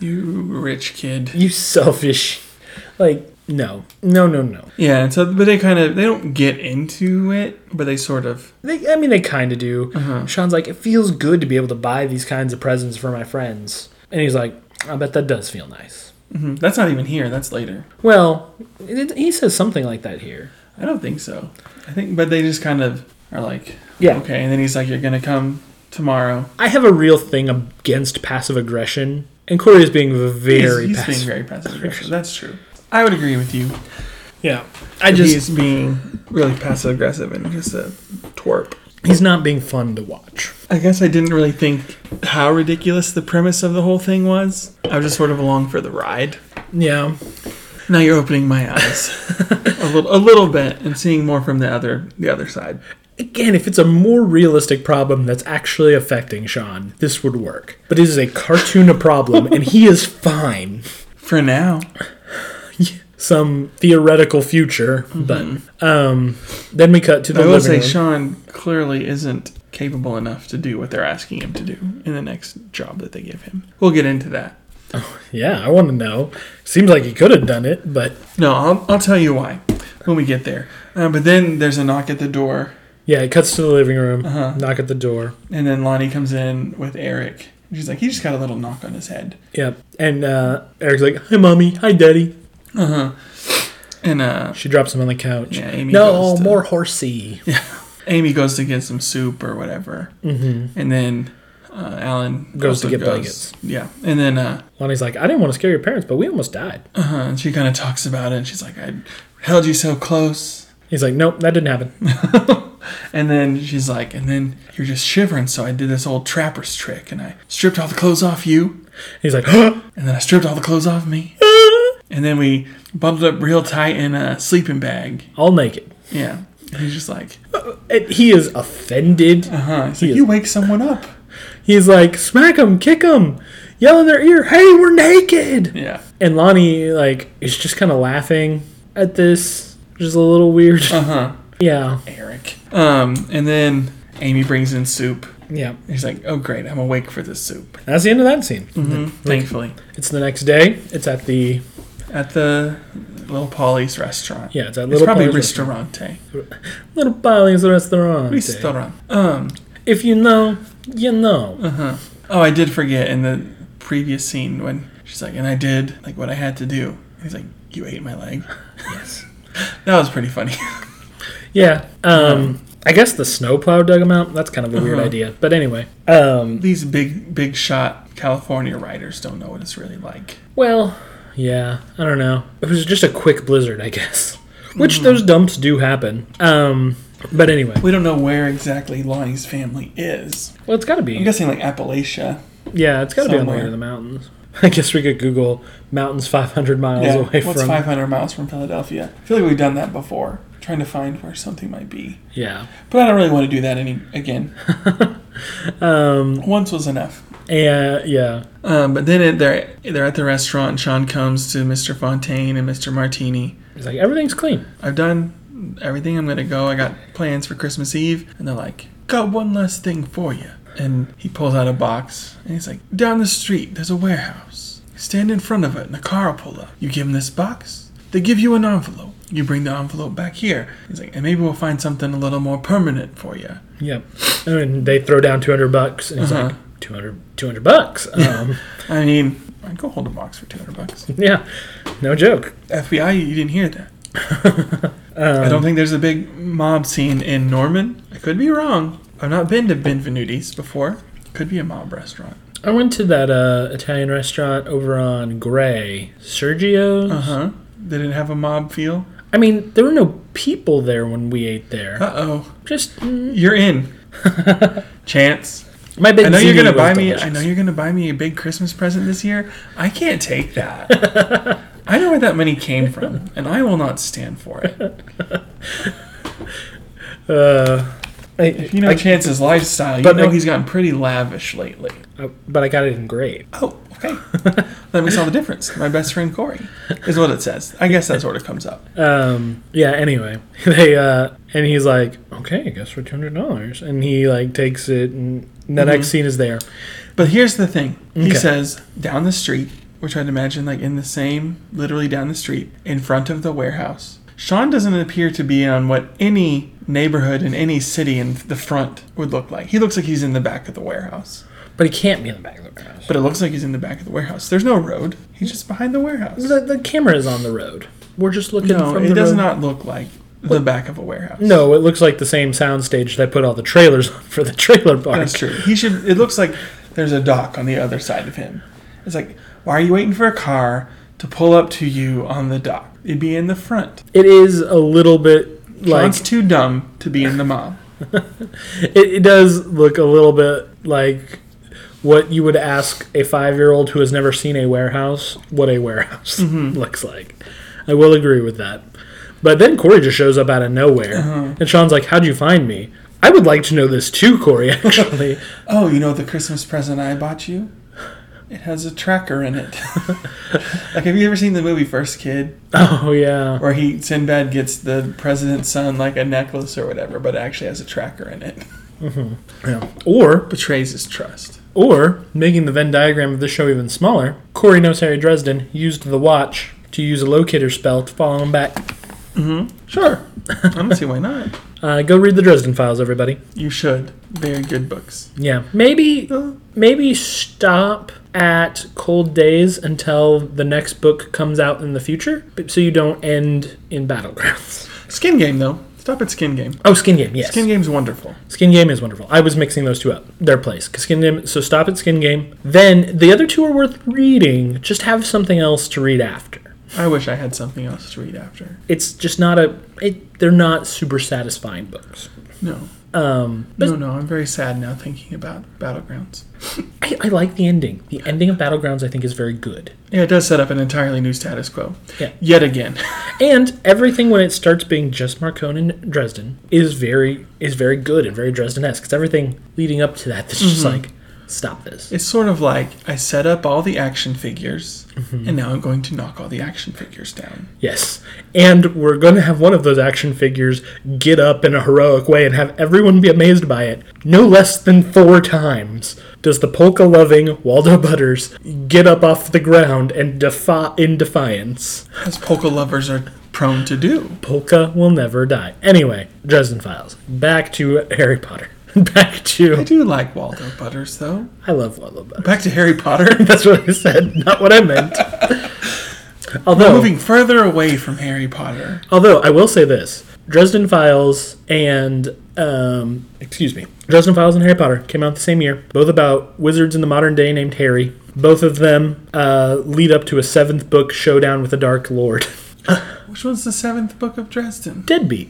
S1: you rich kid.
S2: you selfish. Like, no, no, no, no.
S1: Yeah, and so but they kind of they don't get into it, but they sort of.
S2: They, I mean, they kind of do. Sean's like, it feels good to be able to buy these kinds of presents for my friends. And he's like, I bet that does feel nice.
S1: mm, That's not even here. That's later.
S2: Well, it, he says something like that here.
S1: I don't think so. I think, but they just kind of are like,
S2: Yeah.
S1: okay. And then he's like, "You're gonna come tomorrow."
S2: I have a real thing against passive aggression, and Corey is being very
S1: he's, he's
S2: passive.
S1: being very passive aggressive. That's true. I would agree with you.
S2: yeah, I
S1: He's
S2: just
S1: being really passive aggressive and just a twerp.
S2: he's not being fun to watch.
S1: I guess I didn't really think how ridiculous the premise of the whole thing was. I was just sort of along for the ride.
S2: Yeah,
S1: Now you're opening my eyes a little, a little bit, and seeing more from the other, the other side.
S2: again, if it's a more realistic problem that's actually affecting Sean, this would work. But it is a cartoon problem, and he is fine.
S1: For now,
S2: Some theoretical future, but um, then we cut to the
S1: Mm-hmm. I will
S2: living
S1: say Sean
S2: room.
S1: clearly isn't capable enough to do what they're asking him to do in the next job that they give him. We'll get into that.
S2: yeah, I want to know. Seems like he could have done it, but
S1: No, I'll, I'll tell you why when we get there. Uh, but then there's a knock at the door.
S2: yeah, it cuts to the living room.
S1: Uh-huh.
S2: Knock at the door.
S1: And then Lonnie comes in with Eric. And she's like, he just got a little knock on his head.
S2: Yep. And uh, Eric's like, "Hi, mommy. Hi, daddy."
S1: And uh,
S2: She drops him on the couch.
S1: Yeah, Amy
S2: no
S1: goes to-
S2: more horsey.
S1: Amy goes to get some soup or whatever. Mm-hmm. And then uh, Alan
S2: Goes to
S1: also
S2: get blankets.
S1: Yeah, and then uh,
S2: Lonnie's like, I didn't want to scare your parents, but we almost died.
S1: uh, and she kind of talks about it. and She's like, "I held you so close,"
S2: He's like, nope, that didn't happen.
S1: and then she's like, "And then you're just shivering." So I did this old trapper's trick, and I stripped all the clothes off you,
S2: He's like,
S1: and then I stripped all the clothes off me, and then we bundled up real tight in a sleeping bag.
S2: all naked.
S1: Yeah, and he's just like,
S2: And he is offended.
S1: "Huh?" Uh-huh. He's like,
S2: is-
S1: "You wake someone up."
S2: He's like, smack him, kick him, yell in their ear, hey, we're naked.
S1: Yeah.
S2: And Lonnie, like, is just kind of laughing at this, just a little weird.
S1: Uh-huh.
S2: Yeah.
S1: Eric. Um, and then Amy brings in soup.
S2: Yeah.
S1: He's like, "Oh, great! I'm awake for this soup."
S2: That's the end of that scene.
S1: Mm-hmm. Thankfully,
S2: It's the next day. It's at the,
S1: at the Little Polly's restaurant.
S2: yeah, it's at
S1: it's
S2: Little
S1: probably
S2: Polly's
S1: ristorante.
S2: restaurant. Little Polly's restaurant.
S1: Restaurant. Um.
S2: If you know, you know.
S1: Oh, I did forget in the previous scene when she's like, "And I did like what I had to do." He's like, "You ate my leg."
S2: Yes.
S1: That was pretty funny.
S2: Yeah.
S1: Uh-huh.
S2: Um, I guess the snowplow dug him out. That's kind of a weird idea. But anyway. Um,
S1: These big, big shot California writers don't know what it's really like.
S2: well, yeah. I don't know. It was just a quick blizzard, I guess. Which
S1: Mm-hmm.
S2: those dumps do happen. Um, but anyway.
S1: We don't know where exactly Lonnie's family is.
S2: Well, it's got to
S1: I'm
S2: be.
S1: guessing like Appalachia.
S2: Yeah, it's got to be on the way
S1: somewhere.
S2: to the mountains. I guess we could Google mountains 500 miles
S1: Yeah,
S2: away
S1: what's
S2: from.
S1: 500 miles from Philadelphia? I feel like we've done that before, trying to find where something might be.
S2: Yeah.
S1: But I don't really want to do that any again. um, Once was enough.
S2: And, yeah.
S1: Um, but then it, they're they're at the restaurant, and Sean comes to Mr. Fontaine and Mr. Martini.
S2: It's like everything's clean.
S1: I've done everything. I'm gonna go. I got plans for Christmas Eve, and they're like, "Got one last thing for you." And he pulls out a box, and he's like, "Down the street, there's a warehouse. Stand in front of it, and a car will pull up. You give them this box. They give you an envelope. You bring the envelope back here. He's like, and maybe we'll find something a little more permanent for you.
S2: Yep. And they throw down 200 bucks. And he's
S1: Uh-huh.
S2: like, 200, 200 bucks. Um,
S1: I mean, I'd go hold a box for two hundred bucks.
S2: yeah. No joke.
S1: FBI, you didn't hear that. I
S2: Um,
S1: don't think there's a big mob scene in Norman. I could be wrong. I've not been to Benvenutis before. Could be a mob restaurant.
S2: I went to that uh, Italian restaurant over on Gray, Sergio's.
S1: Uh huh. They didn't have a mob feel.
S2: I mean, there were no people there when we ate there.
S1: Uh oh.
S2: Just mm,
S1: You're in. Chance.
S2: my big.
S1: I know you're gonna buy me. I know you're gonna buy me a big Christmas present this year. I can't take that. I know where that money came from, and I will not stand for it.
S2: Uh, I,
S1: You know Chance's lifestyle. You
S2: But
S1: know
S2: I-
S1: he's gotten pretty lavish lately.
S2: I- but I got it in Gray.
S1: Oh, okay. that makes all the difference. My best friend Corey is what it says. I guess that's what it comes up.
S2: Um, yeah. Anyway, they uh, and he's like, okay, I guess for two hundred dollars, and he like takes it, and the
S1: Mm-hmm.
S2: next scene is there.
S1: But here's the thing. He
S2: Okay.
S1: says down the street, which I'd imagine like in the same, literally down the street, in front of the warehouse. Sean doesn't appear to be on what any neighborhood in any city in the front would look like. He looks like he's in the back of the warehouse.
S2: But he can't be in the back of the warehouse.
S1: But it looks like he's in the back of the warehouse. There's no road. He's just behind the warehouse.
S2: The, the camera is on the road. We're just looking.
S1: No,
S2: from
S1: it
S2: the
S1: does
S2: road.
S1: not look like the back of a warehouse.
S2: No, it looks like the same soundstage they put all the trailers on for the trailer park.
S1: That's true. He should. It looks like there's a dock on the other side of him. It's like, why are you waiting for a car to pull up to you on the dock? It'd be in the front.
S2: It is a little bit like
S1: John's too dumb to be in the mob.
S2: it, it does look a little bit like what you would ask a five-year-old who has never seen a warehouse what a warehouse looks like. I will agree with that. But then Corey just shows up out of nowhere, and Sean's like, "How'd you find me?" I would like to know this too, Corey. Actually,
S1: Oh, you know the Christmas present I bought you? It has a tracker in it. like, have you ever seen the movie First Kid,
S2: oh yeah,
S1: where he Sinbad gets the president's son like a necklace or whatever, but it actually has a tracker in it?
S2: yeah. Or
S1: Betrays his trust.
S2: Or, making the Venn diagram of this show even smaller, Corey knows Harry Dresden used the watch to use a locator spell to follow him back.
S1: Sure, I don't see why not.
S2: Uh, go read the Dresden Files, everybody.
S1: You should. Very good books.
S2: Yeah, maybe maybe stop at Cold Days until the next book comes out in the future, but- so you don't end in Battlegrounds.
S1: Skin Game though. Stop at Skin Game.
S2: Oh, Skin Game, yes.
S1: Skin Game's wonderful.
S2: Skin Game is wonderful. I was mixing those two up. Their place. Skin Game. So stop at Skin Game. Then the other two are worth reading. Just have something else to read after.
S1: I wish I had something else to read after.
S2: It's just not a. It, they're not super satisfying books.
S1: No.
S2: Um, but
S1: No, no, I'm very sad now thinking about Battlegrounds.
S2: I, I like the ending. The ending of Battlegrounds, I think, is very good.
S1: Yeah, it does set up an entirely new status quo.
S2: Yeah.
S1: Yet again.
S2: And everything when it starts being just Marcone and Dresden is very is very good and very Dresden-esque. It's everything leading up to that that's just like, stop this.
S1: It's sort of like I set up all the action figures,
S2: Mm-hmm.
S1: and now I'm going to knock all the action figures down.
S2: Yes. And we're going to have one of those action figures get up in a heroic way and have everyone be amazed by it. No less than four times does the polka loving Waldo Butters get up off the ground and defy in defiance.
S1: As polka lovers are prone to do.
S2: Polka will never die. Anyway, Dresden Files. Back to Harry Potter. Back
S1: I
S2: to.
S1: do like Waldo Butters, though.
S2: I love Waldo Butters.
S1: Back to Harry Potter.
S2: That's what I said, not what I meant. Although,
S1: Moving further away from Harry Potter.
S2: Although I will say this, Dresden Files and um, excuse me, Dresden Files and Harry Potter came out the same year. Both about wizards in the modern day named Harry. Both of them uh, lead up to a seventh book showdown with the Dark Lord.
S1: Which one's the seventh book of Dresden?
S2: Deadbeat.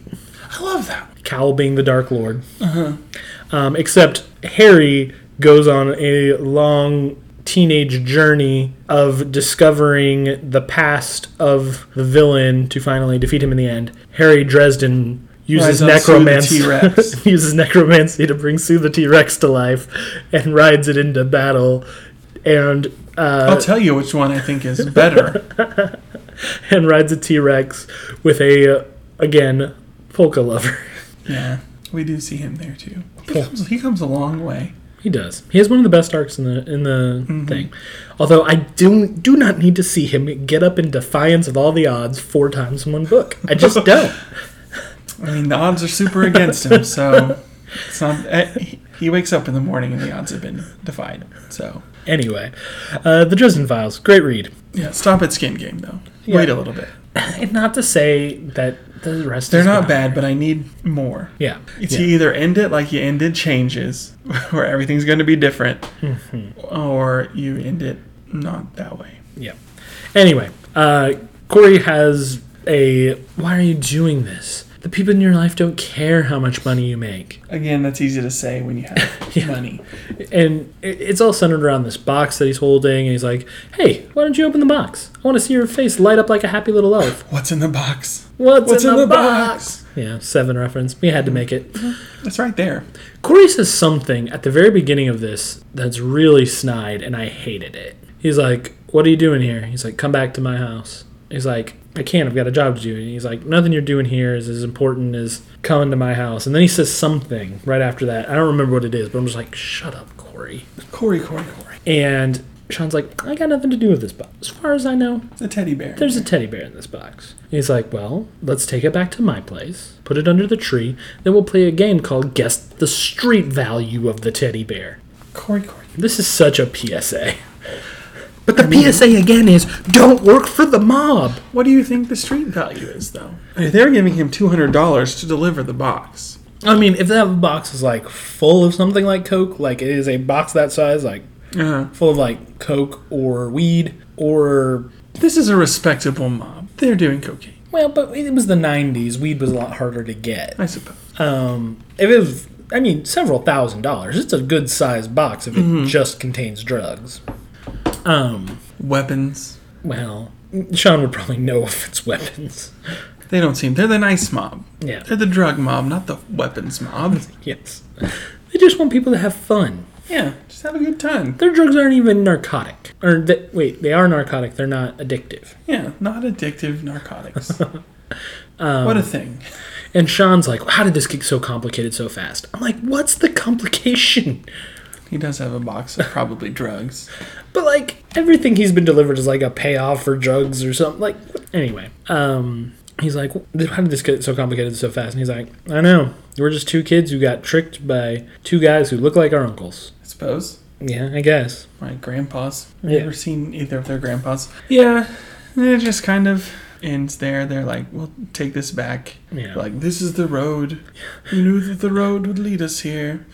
S1: I love that one.
S2: Cowl being the Dark Lord.
S1: Uh-huh.
S2: Um, except Harry goes on a long teenage journey of discovering the past of the villain to finally defeat him in the end. Harry Dresden uses
S1: Rides on Sue the
S2: necromancy
S1: T-Rex.
S2: uses necromancy to bring Sue the T-Rex to life and rides it into battle and uh,
S1: I'll tell you which one I think is better.
S2: and rides a T-Rex with a uh, again polka lover.
S1: yeah, we do see him there too. He comes, he comes a long way.
S2: He does. He has one of the best arcs in the in the
S1: Mm-hmm.
S2: thing. Although I do do not need to see him get up in defiance of all the odds four times in one book. I just don't.
S1: I mean, the odds are super against him, so it's not. eh, he- He wakes up in the morning and the odds have been defied. So
S2: Anyway, uh, the Dresden Files, great read.
S1: yeah, stop at Skin Game though. Wait a little bit.
S2: And not to say that the rest
S1: They're
S2: is
S1: not bad, but I need more.
S2: Yeah,
S1: It's
S2: yeah.
S1: you either end it like you ended changes, where everything's going to be different,
S2: Mm-hmm.
S1: or you end it not that way.
S2: Yeah. Anyway, uh, Corey has a. Why are you doing this? The people in your life don't care how much money you make.
S1: Again, that's easy to say when you have money.
S2: and it- it's all centered around this box that he's holding and he's like hey why don't you open the box i want to see your face light up like a happy little elf
S1: What's in the box?
S2: what's,
S1: What's
S2: in, the, box? yeah seven reference we had to make it
S1: It's right there.
S2: corey says something at the very beginning of this that's really snide and i hated it he's like what are you doing here he's like come back to my house he's like i can't i've got a job to do and he's like nothing you're doing here is as important as coming to my house and then he says something right after that i don't remember what it is but i'm just like shut up corey
S1: Corey, Corey, Corey.
S2: and Sean's like, I got nothing to do with this box. As far as I know,
S1: The teddy bear.
S2: there's a teddy bear in this box. And he's like, Well, let's take it back to my place, put it under the tree, then we'll play a game called Guess the Street Value of the Teddy Bear.
S1: Corey, Corey.
S2: This is such a PSA. But the PSA again is don't work for the mob.
S1: What do you think the street value is, though? They're giving him two hundred dollars to deliver the box.
S2: I mean, if that box is like full of something like Coke, like it is a box that size, like
S1: Uh-huh.
S2: full of like Coke or weed or
S1: This is a respectable mob. They're doing cocaine,
S2: Well, but it was the '90s. Weed was a lot harder to get.
S1: I suppose.
S2: Um, if it was, I mean, several thousand dollars. It's a good sized box if it just contains drugs. Um,
S1: Weapons.
S2: well, Sean would probably know if it's weapons.
S1: They don't seem. They're the nice mob.
S2: Yeah.
S1: They're the drug mob, not the weapons mob.
S2: Yes, they just want people to have fun.
S1: Yeah, just have a good time.
S2: Their drugs aren't even narcotic. Or th- wait, they are narcotic. They're not addictive.
S1: Yeah, not addictive narcotics. what a thing.
S2: And Sean's like, "How did this get so complicated so fast?" I'm like, "What's the complication?"
S1: He does have a box of probably drugs.
S2: But like everything he's been delivered is like a payoff for drugs or something. Like anyway, um, he's like, how did this get so complicated so fast? And he's like, I know. We're just two kids who got tricked by two guys who look like our uncles.
S1: I suppose
S2: Yeah, I guess.
S1: my grandpas. I've
S2: Yeah.
S1: never seen either of their grandpas. Yeah, they're just kind of. ends there, they're like, "We'll take this back."
S2: Yeah.
S1: Like this is the road. We knew that the road would lead us here.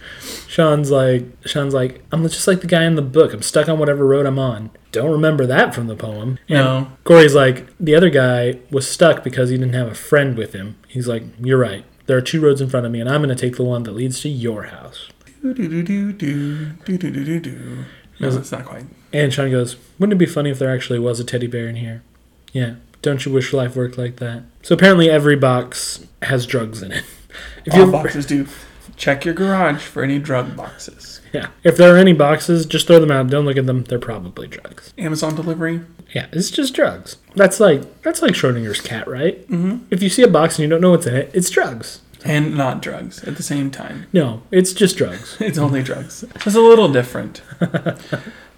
S2: Sean's like Sean's like I'm just like the guy in the book. I'm stuck on whatever road I'm on. Don't remember that from the poem.
S1: No.
S2: Corey's like the other guy was stuck because he didn't have a friend with him. He's like, you're right. There are two roads in front of me, and I'm going to take the one that leads to your house.
S1: Do do do do do do do do do do. No, it's not quite.
S2: And Sean goes, wouldn't it be funny if there actually was a teddy bear in here? Yeah. Don't you wish life worked like that? So apparently every box has drugs in it. If
S1: All
S2: you
S1: boxes do. Check your garage for any drug boxes.
S2: yeah, if there are any boxes, just throw them out. Don't look at them. They're probably drugs.
S1: Amazon delivery.
S2: Yeah, it's just drugs. That's like that's like Schrodinger's cat, right? Mm-hmm. If you see a box and you don't know what's in it, it's drugs.
S1: And not drugs at the same time.
S2: No, it's just drugs.
S1: It's only drugs. It's a little different.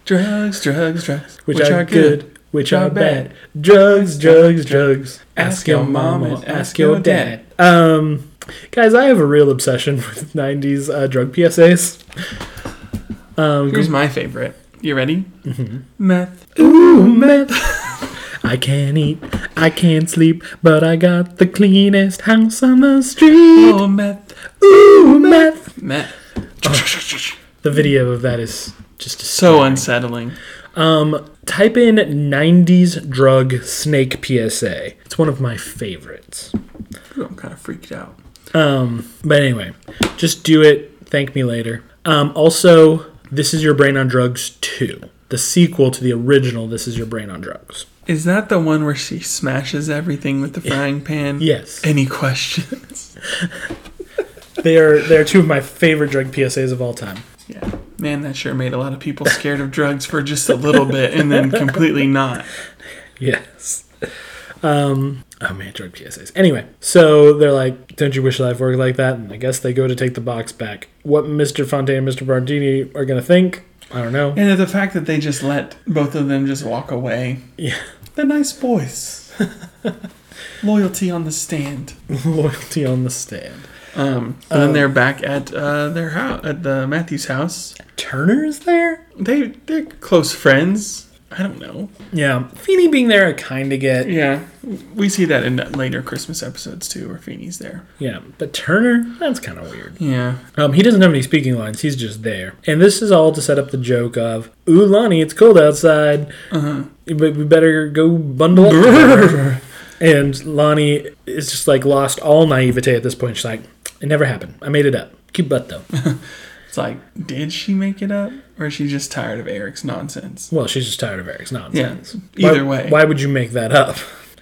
S1: drugs, drugs, drugs.
S2: Which, are, good, which are bad. Drugs, drugs, drugs. Ask your mom and ask your dad. Um, guys, I have a real obsession with '90s uh, drug PSAs.
S1: Here's my favorite. You ready? Mm-hmm. Meth.
S2: Ooh, meth. I can't eat, I can't sleep, but I got the cleanest house on the street.
S1: Oh, meth.
S2: Ooh, meth.
S1: Meth.
S2: The video of that is just
S1: So unsettling.
S2: Um, type in 90s drug snake PSA. It's one of my favorites.
S1: Ooh, I'm kind of freaked out.
S2: Um, but anyway, just do it. Thank me later. Um, also, This Is Your Brain on Drugs 2, the sequel to the original This Is Your Brain on Drugs.
S1: Is that the one where she smashes everything with the frying pan?
S2: Yes.
S1: Any questions?
S2: They are they are two of my favorite drug PSAs of all time.
S1: yeah. Man, that sure made a lot of people scared of drugs for just a little bit and then completely not.
S2: Yes. Um, oh man, drug PSAs. Anyway, so they're like, "Don't you wish life worked like that?" And I guess they go to take the box back. What Mr. Fontaine and Mr. Bardini are gonna think, I don't know.
S1: And the fact that they just let both of them just walk away.
S2: Yeah.
S1: They're nice boys. Loyalty on the stand.
S2: Loyalty on the stand.
S1: Um, and then they're back at uh, their house, at the Matthews house.
S2: Turner is there?
S1: They they're close friends. I don't know.
S2: Yeah. Feeney being there, I kind of get.
S1: Yeah, we see that in later Christmas episodes too, where Feeney's there.
S2: Yeah. But Turner, that's kind of weird.
S1: Yeah,
S2: Um, he doesn't have any speaking lines. He's just there. And this is all to set up the joke of, ooh, Lonnie, it's cold outside.
S1: Uh-huh.
S2: But we better go bundle up. and Lonnie is just like lost all naivete at this point. She's like, it never happened. I made it up. Cute butt, though.
S1: it's like, did she make it up, or is she just tired of Eric's nonsense?
S2: well, she's just tired of Eric's nonsense.
S1: Yeah, either
S2: Why-
S1: way.
S2: Why would you make that up?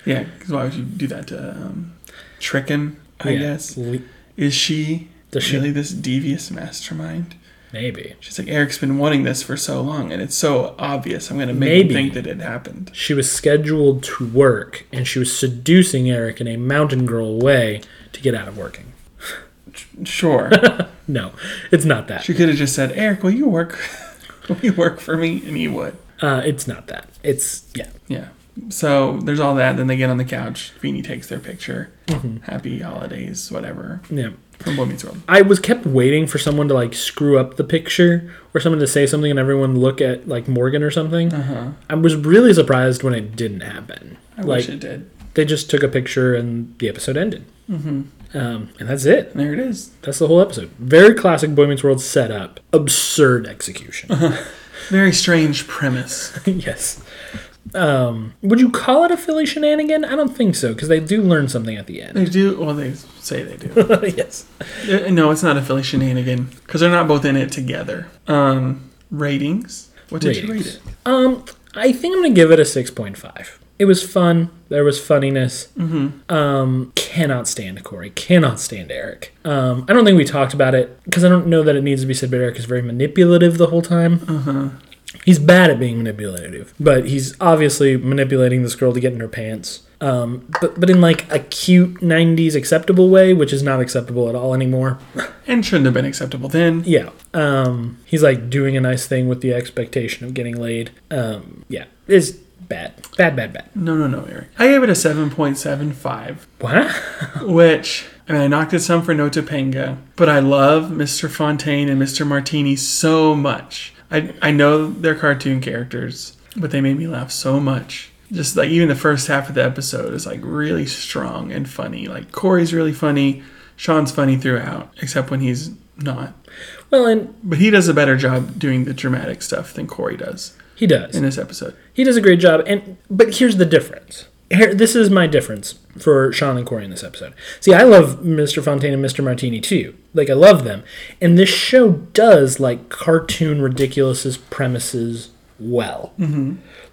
S1: Yeah, because why would you do that to um, trick him? I
S2: Yeah.
S1: guess
S2: Le-
S1: is she
S2: Does she-
S1: really this devious mastermind?
S2: Maybe.
S1: She's like, Eric's been wanting this for so long, and it's so obvious. I'm gonna make
S2: Maybe.
S1: him think that it happened.
S2: She was scheduled to work, and she was seducing Eric in a mountain girl way to get out of working.
S1: Sure.
S2: No, it's not that.
S1: She could have just said, "Eric, will you work? will you work for me?" And he would.
S2: Uh, it's not that. It's yeah.
S1: Yeah. So there's all that. Then they get on the couch. Feeny takes their picture. Happy holidays, whatever.
S2: Mm-hmm. Yeah.
S1: From Boy Meets World.
S2: I was kept waiting for someone to like screw up the picture or someone to say something and everyone look at like Morgan or something. I was really surprised when it didn't happen.
S1: Uh-huh. I
S2: like
S1: wish it did.
S2: they just took a picture and the episode ended. Mm-hmm. Um, and that's it.
S1: And there it is.
S2: That's the whole episode. Very classic Boy Meets World setup. Absurd
S1: Uh-huh.
S2: execution.
S1: Very strange premise.
S2: yes. Um, would you call it a Philly shenanigan? I don't think so because they do learn something at the end.
S1: They do. Well, they say they do.
S2: yes.
S1: Uh, no, it's not a Philly shenanigan because they're not both in it together. Um, ratings. What did you rate
S2: Ratings.
S1: it?
S2: Um, I think I'm gonna give it a six point five. It was fun. There was funniness. Um, cannot stand Corey. Cannot stand Eric. Um, I don't think we talked about it because I don't know that it needs to be said. But Eric is very manipulative the whole time. He's bad at being manipulative, but he's obviously manipulating this girl to get in her pants. Um, but but in like a cute '90s acceptable way, which is not acceptable at all anymore.
S1: And shouldn't have been acceptable then.
S2: Yeah. Um, he's like doing a nice thing with the expectation of getting laid. Um, yeah. It's bad. Bad, bad, bad.
S1: No, no, no, Eric. I gave it a seven point seven five.
S2: What?
S1: Which I mean, I knocked it some for No Topanga, but I love Mr. Fontaine and Mr. Martini so much. I I know they're cartoon characters, but they made me laugh so much. just like even the first half of the episode is like really strong and funny. Like Corey's really funny, Sean's funny throughout, except when he's not.
S2: Well, and
S1: But he does a better job doing the dramatic stuff than Corey does
S2: he does.
S1: in this episode.
S2: He does a great job, and but here's the difference. Here, this is my difference for Sean and Corey in this episode. See, I love Mr. Fontaine and Mr. Martini too. Like I love them, and this show does like cartoon ridiculous premises well.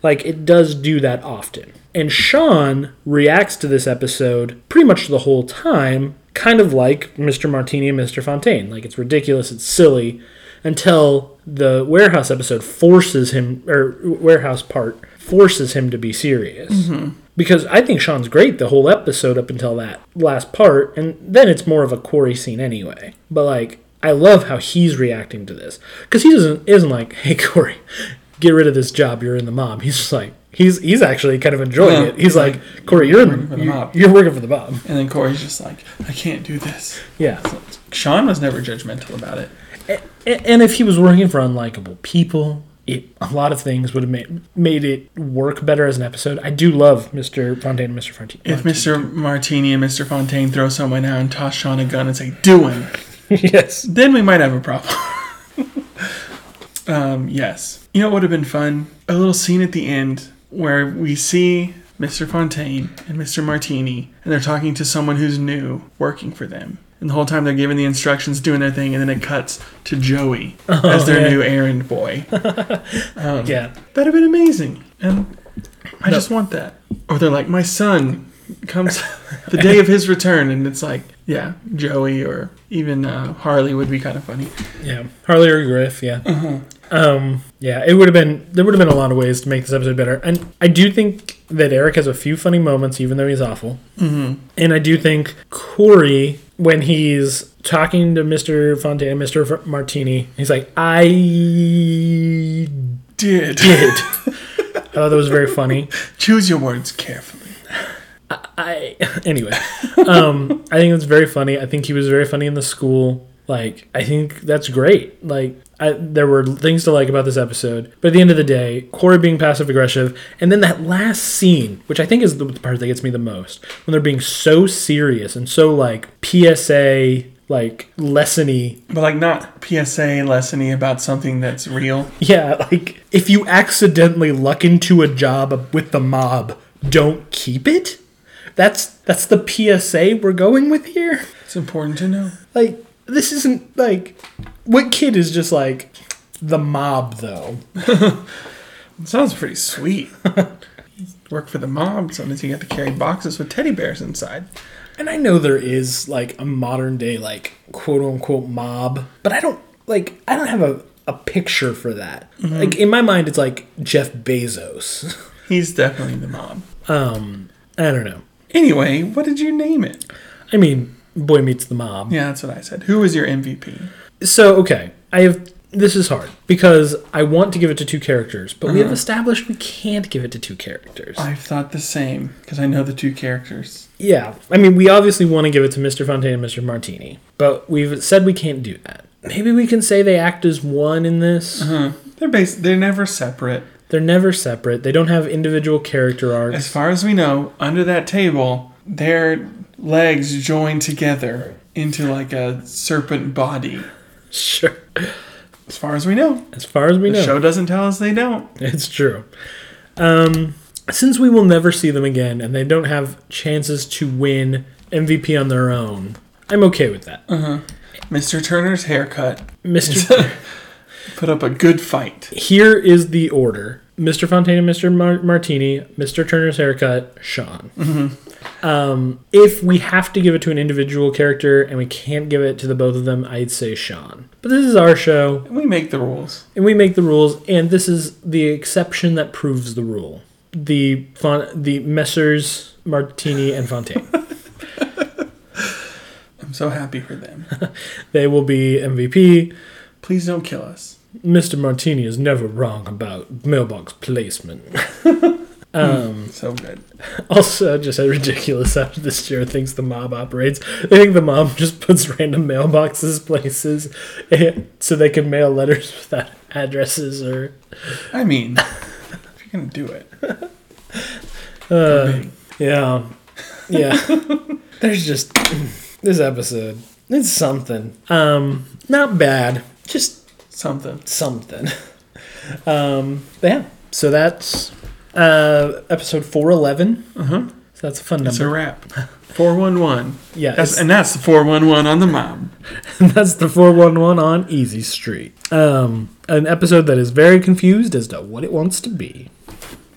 S2: Like it does do that often. And Sean reacts to this episode pretty much the whole time, kind of like Mr. Martini and Mr. Fontaine. Like it's ridiculous, it's silly, until the warehouse episode forces him, or warehouse part forces him to be serious. Because I think Sean's great the whole episode up until that last part, and then it's more of a Corey scene anyway. But like, I love how he's reacting to this because he doesn't isn't like, "Hey Corey, get rid of this job. You're in the mob." He's just like, he's he's actually kind of enjoying
S1: Yeah.
S2: it. He's like, "Corey, you're in,
S1: for the
S2: you're,
S1: mob."
S2: you're working for the mob."
S1: And then Corey's just like, I can't do this.
S2: Yeah,
S1: Sean was never judgmental about it.
S2: A- and if he was working for unlikable people. It, a lot of things would have made, made it work better as an episode. I do love Mr. Fontaine and Mr. Fontaine.
S1: If Mr. Martini and Mr. Fontaine throw someone out and toss Sean a gun and say, do him,
S2: yes.
S1: then we might have a problem. um, yes. You know what would have been fun? A little scene at the end where we see Mr. Fontaine and Mr. Martini, and they're talking to someone who's new working for them. And the whole time they're giving the instructions, doing their thing, and then it cuts to Joey as their
S2: yeah.
S1: new errand boy.
S2: Yeah.
S1: That'd have been amazing. And I just want that. Or they're like, my son comes the day of his return, and it's like, yeah, Joey or even uh, Harley would be kind of funny.
S2: Yeah, Harley or Griff. Yeah. Um, yeah, it would have been there would have been a lot of ways to make this episode better, and I do think that Eric has a few funny moments, even though he's awful. Mm-hmm. And I do think Corey, when he's talking to Mister Fontaine, Mister Martini, he's like, "I did."
S1: Did
S2: I thought oh, that was very funny.
S1: choose your words carefully.
S2: I anyway, um, I think it's very funny. I think he was very funny in the school. Like, I think that's great. Like, I, there were things to like about this episode, but at the end of the day, Corey being passive aggressive, and then that last scene, which I think is the part that gets me the most, when they're being so serious and so like PSA like lessony.
S1: But like not PSA lessony about something that's real.
S2: Yeah, like if you accidentally luck into a job with the mob, don't keep it. That's that's the PSA we're going with here.
S1: It's important to know.
S2: Like this isn't like what kid is just like the mob though.
S1: It sounds pretty sweet. Work for the mob. Sometimes you got to carry boxes with teddy bears inside.
S2: And I know there is like a modern day like quote unquote mob, but I don't like I don't have a, a picture for that. Like in my mind it's like Jeff Bezos.
S1: He's definitely the mob.
S2: um I don't know.
S1: Anyway, what did you name it?
S2: I mean, boy meets the mob.
S1: Yeah, that's what I said. Who was your MVP?
S2: So okay, I have this is hard because I want to give it to two characters, but we have established we can't give it to two characters.
S1: I've thought the same because I know the two characters.
S2: Yeah, I mean, we obviously want to give it to Mr. Fontaine and Mr. Martini, but we've said we can't do that. Maybe we can say they act as one in this.
S1: They're bas They're never separate,
S2: They're never separate. They don't have individual character arcs.
S1: as far as we know. Under that table, their legs join together into like a serpent body.
S2: Sure.
S1: As far as we know,
S2: As far as we
S1: the
S2: know,
S1: show doesn't tell us they don't.
S2: it's true. Um, since we will never see them again, and they don't have chances to win MVP on their own, I'm okay with that,
S1: Mr. Turner's haircut
S2: Mr.
S1: put up a good fight.
S2: Here is the order: Mr. Fontaine, Mr. Mar- Martini, Mr. Turner's haircut, Sean. Um, if we have to give it to an individual character and we can't give it to the both of them, I'd say Sean. But this is our show,
S1: We make the rules.
S2: and we make the rules, and this is the exception that proves the rule. The fon- the Messrs. Martini and Fontaine.
S1: I'm so happy for them.
S2: they will be MVP.
S1: Please don't kill us.
S2: Mr. Martini is never wrong about mailbox placement.
S1: So good.
S2: Also, just how ridiculous how this show thinks the mob operates. They think the mob just puts random mailboxes places eh, so they can mail letters without addresses or.
S1: I mean, if you're gonna do it,
S2: Uh,
S1: Big.
S2: yeah. Yeah. There's just this episode. It's something. Um, not bad. Just
S1: Something.
S2: something. Um, but yeah. So that's uh episode four eleven.
S1: Uh huh.
S2: So that's Uh-huh. a fun
S1: It's a
S2: number.
S1: wrap. Four one one.
S2: yeah,
S1: That's
S2: it's-
S1: and that's the four one one on the mom.
S2: That's the 411 on Easy Street. Um, an episode that is very confused as to what it wants to be.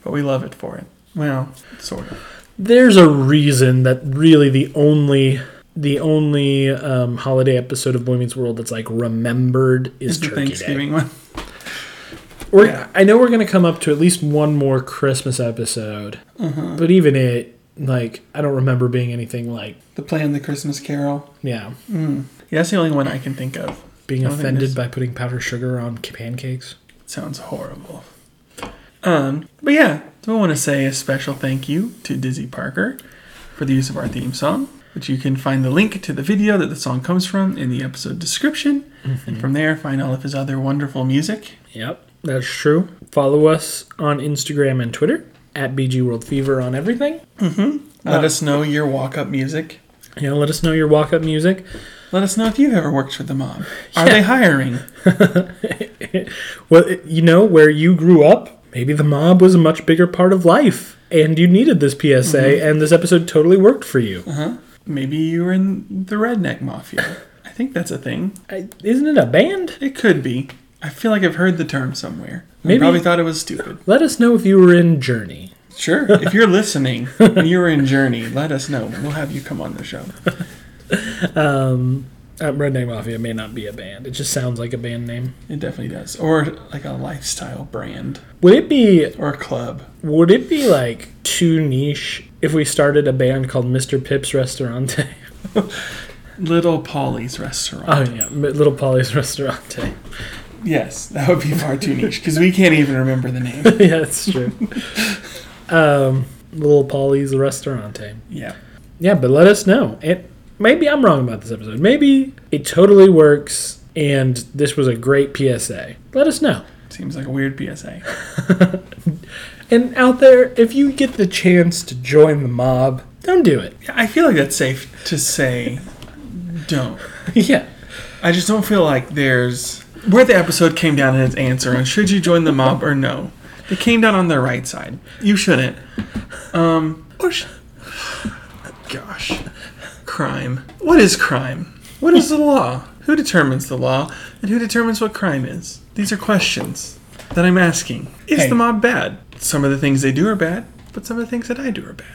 S1: But we love it for it. Well, sort of.
S2: There's a reason that really the only the only um, holiday episode of Boy Meets World that's like remembered is
S1: It's the
S2: Turkey Day.
S1: Thanksgiving one.
S2: We're,
S1: Yeah.
S2: I know we're gonna come up to at least one more Christmas episode,
S1: Uh-huh.
S2: but even it like I don't remember being anything like
S1: The play on the Christmas Carol.
S2: yeah
S1: Yeah, that's the only one I can think of.
S2: being
S1: I Mm, don't think
S2: offended
S1: there's-
S2: by putting powdered sugar on pancakes.
S1: Sounds horrible. Um, but yeah, so I want to say a special thank you to Dizzy Parker for the use of our theme song, which you can find the link to the video that the song comes from in the episode description,
S2: Mm-hmm.
S1: and from there find all of his other wonderful music.
S2: Yep, that's true. Follow us on Instagram and Twitter at BG World Fever on everything.
S1: Let us know your walk-up music.
S2: You know, let us know your walk up music.
S1: Let us know if you've ever worked with the mom. Are they hiring?
S2: Well, it- you know, where you grew up, maybe the mob was a much bigger part of life and you needed this PSA and this episode totally worked for you.
S1: Maybe you were in the Redneck Mafia. I think that's a thing.
S2: I, isn't it a band?
S1: It could be. I feel like I've heard the term somewhere. Maybe.
S2: Maybe-
S1: I probably thought it was stupid.
S2: Let us know if you were in Journey.
S1: Sure. If you're listening and you're in Journey, let us know. We'll have you come on the show.
S2: Uh, Redneck Mafia may not be a band. It just sounds like a band name.
S1: It definitely does. Or like a lifestyle brand
S2: Would it be
S1: or a club.
S2: would it be like too niche if we started a band called Mr. Pips Restaurante?
S1: Little Polly's restaurant.
S2: Oh yeah, M- Little Polly's Restaurante.
S1: Yes, that would be far too niche because we can't even remember the name.
S2: yeah, that's true. um, Little Polly's Restaurante.
S1: Yeah.
S2: Yeah, but let us know. And maybe I'm wrong about this episode. Maybe it totally works, and this was a great PSA. Let us know.
S1: Seems like a weird PSA.
S2: And out there, if you get the chance to join the mob, don't do it.
S1: I feel like that's safe to say don't.
S2: yeah,
S1: I just don't feel like there's where the episode came down in its answer on should you join the mob or no. It came down on the right side. You shouldn't. Um, or sh- gosh, crime. What is crime? What is the law? Who determines the law, and who determines what crime is? These are questions that I'm asking. Is
S2: Hey.
S1: the mob bad? Some of the things they do are bad, but some of the things that I do are bad.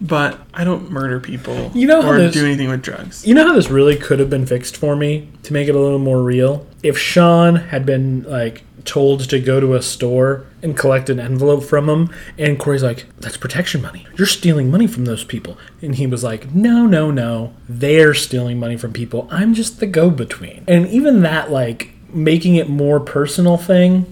S1: But I don't murder people
S2: You know how
S1: or
S2: there's-
S1: do anything with drugs.
S2: you know how this really could have been fixed for me to make it a little more real? If Sean had been like told to go to a store and collect an envelope from him, and Corey's like, that's protection money. You're stealing money from those people. And he was like, no, no, no. They're stealing money from people. I'm just the go between. And even that, like, making it more personal thing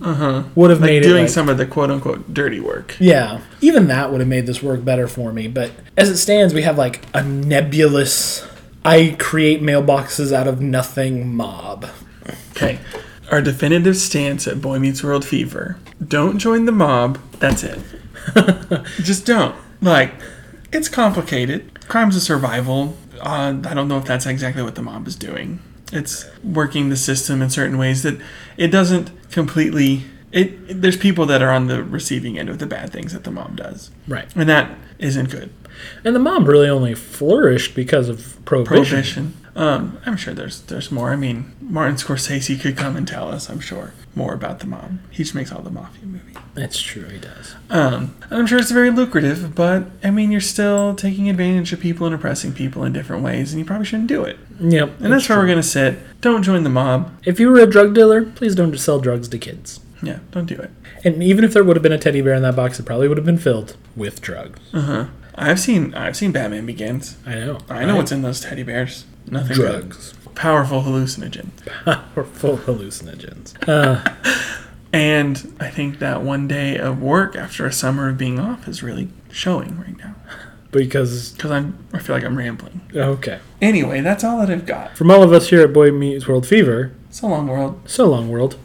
S2: would have made it
S1: Doing
S2: like,
S1: some of the quote unquote dirty work.
S2: yeah, even that would have made this work better for me. But as it stands, we have like a nebulous, I create mailboxes out of nothing mob.
S1: Okay. Our definitive stance at Boy Meets World Fever. Don't join the mob. That's it. Just don't. Like, it's complicated. Crime's a survival. Uh, I don't know if that's exactly what the mob is doing. It's working the system in certain ways that it doesn't completely. It there's people that are on the receiving end of the bad things that the mob does,
S2: Right.
S1: and that isn't good.
S2: And the mob really only flourished because of prohibition.
S1: Prohibition. Um, I'm sure there's there's more. I mean, Martin Scorsese could come and tell us. I'm sure more about the mob. He just makes all the mafia movies.
S2: That's true, he does.
S1: Um, and I'm sure it's very lucrative, but I mean, you're still taking advantage of people and oppressing people in different ways, and you probably shouldn't do it.
S2: Yep.
S1: And that's where we're gonna sit. Don't join the mob.
S2: If you were a drug dealer, please don't sell drugs to kids.
S1: Yeah, don't do it.
S2: And even if there would have been a teddy bear in that box, it probably would have been filled with drugs.
S1: I've seen I've seen Batman Begins.
S2: I know.
S1: I know what's in those teddy bears. Nothing good.
S2: drugs.
S1: Powerful hallucinogen.
S2: Powerful hallucinogens.
S1: And I think that one day of work after a summer of being off is really showing right now.
S2: Because,
S1: because I'm I feel like I'm rambling.
S2: okay.
S1: Anyway, that's all that I've got.
S2: From all of us here at Boy Meets World Fever,
S1: It's a long world.
S2: so long, world.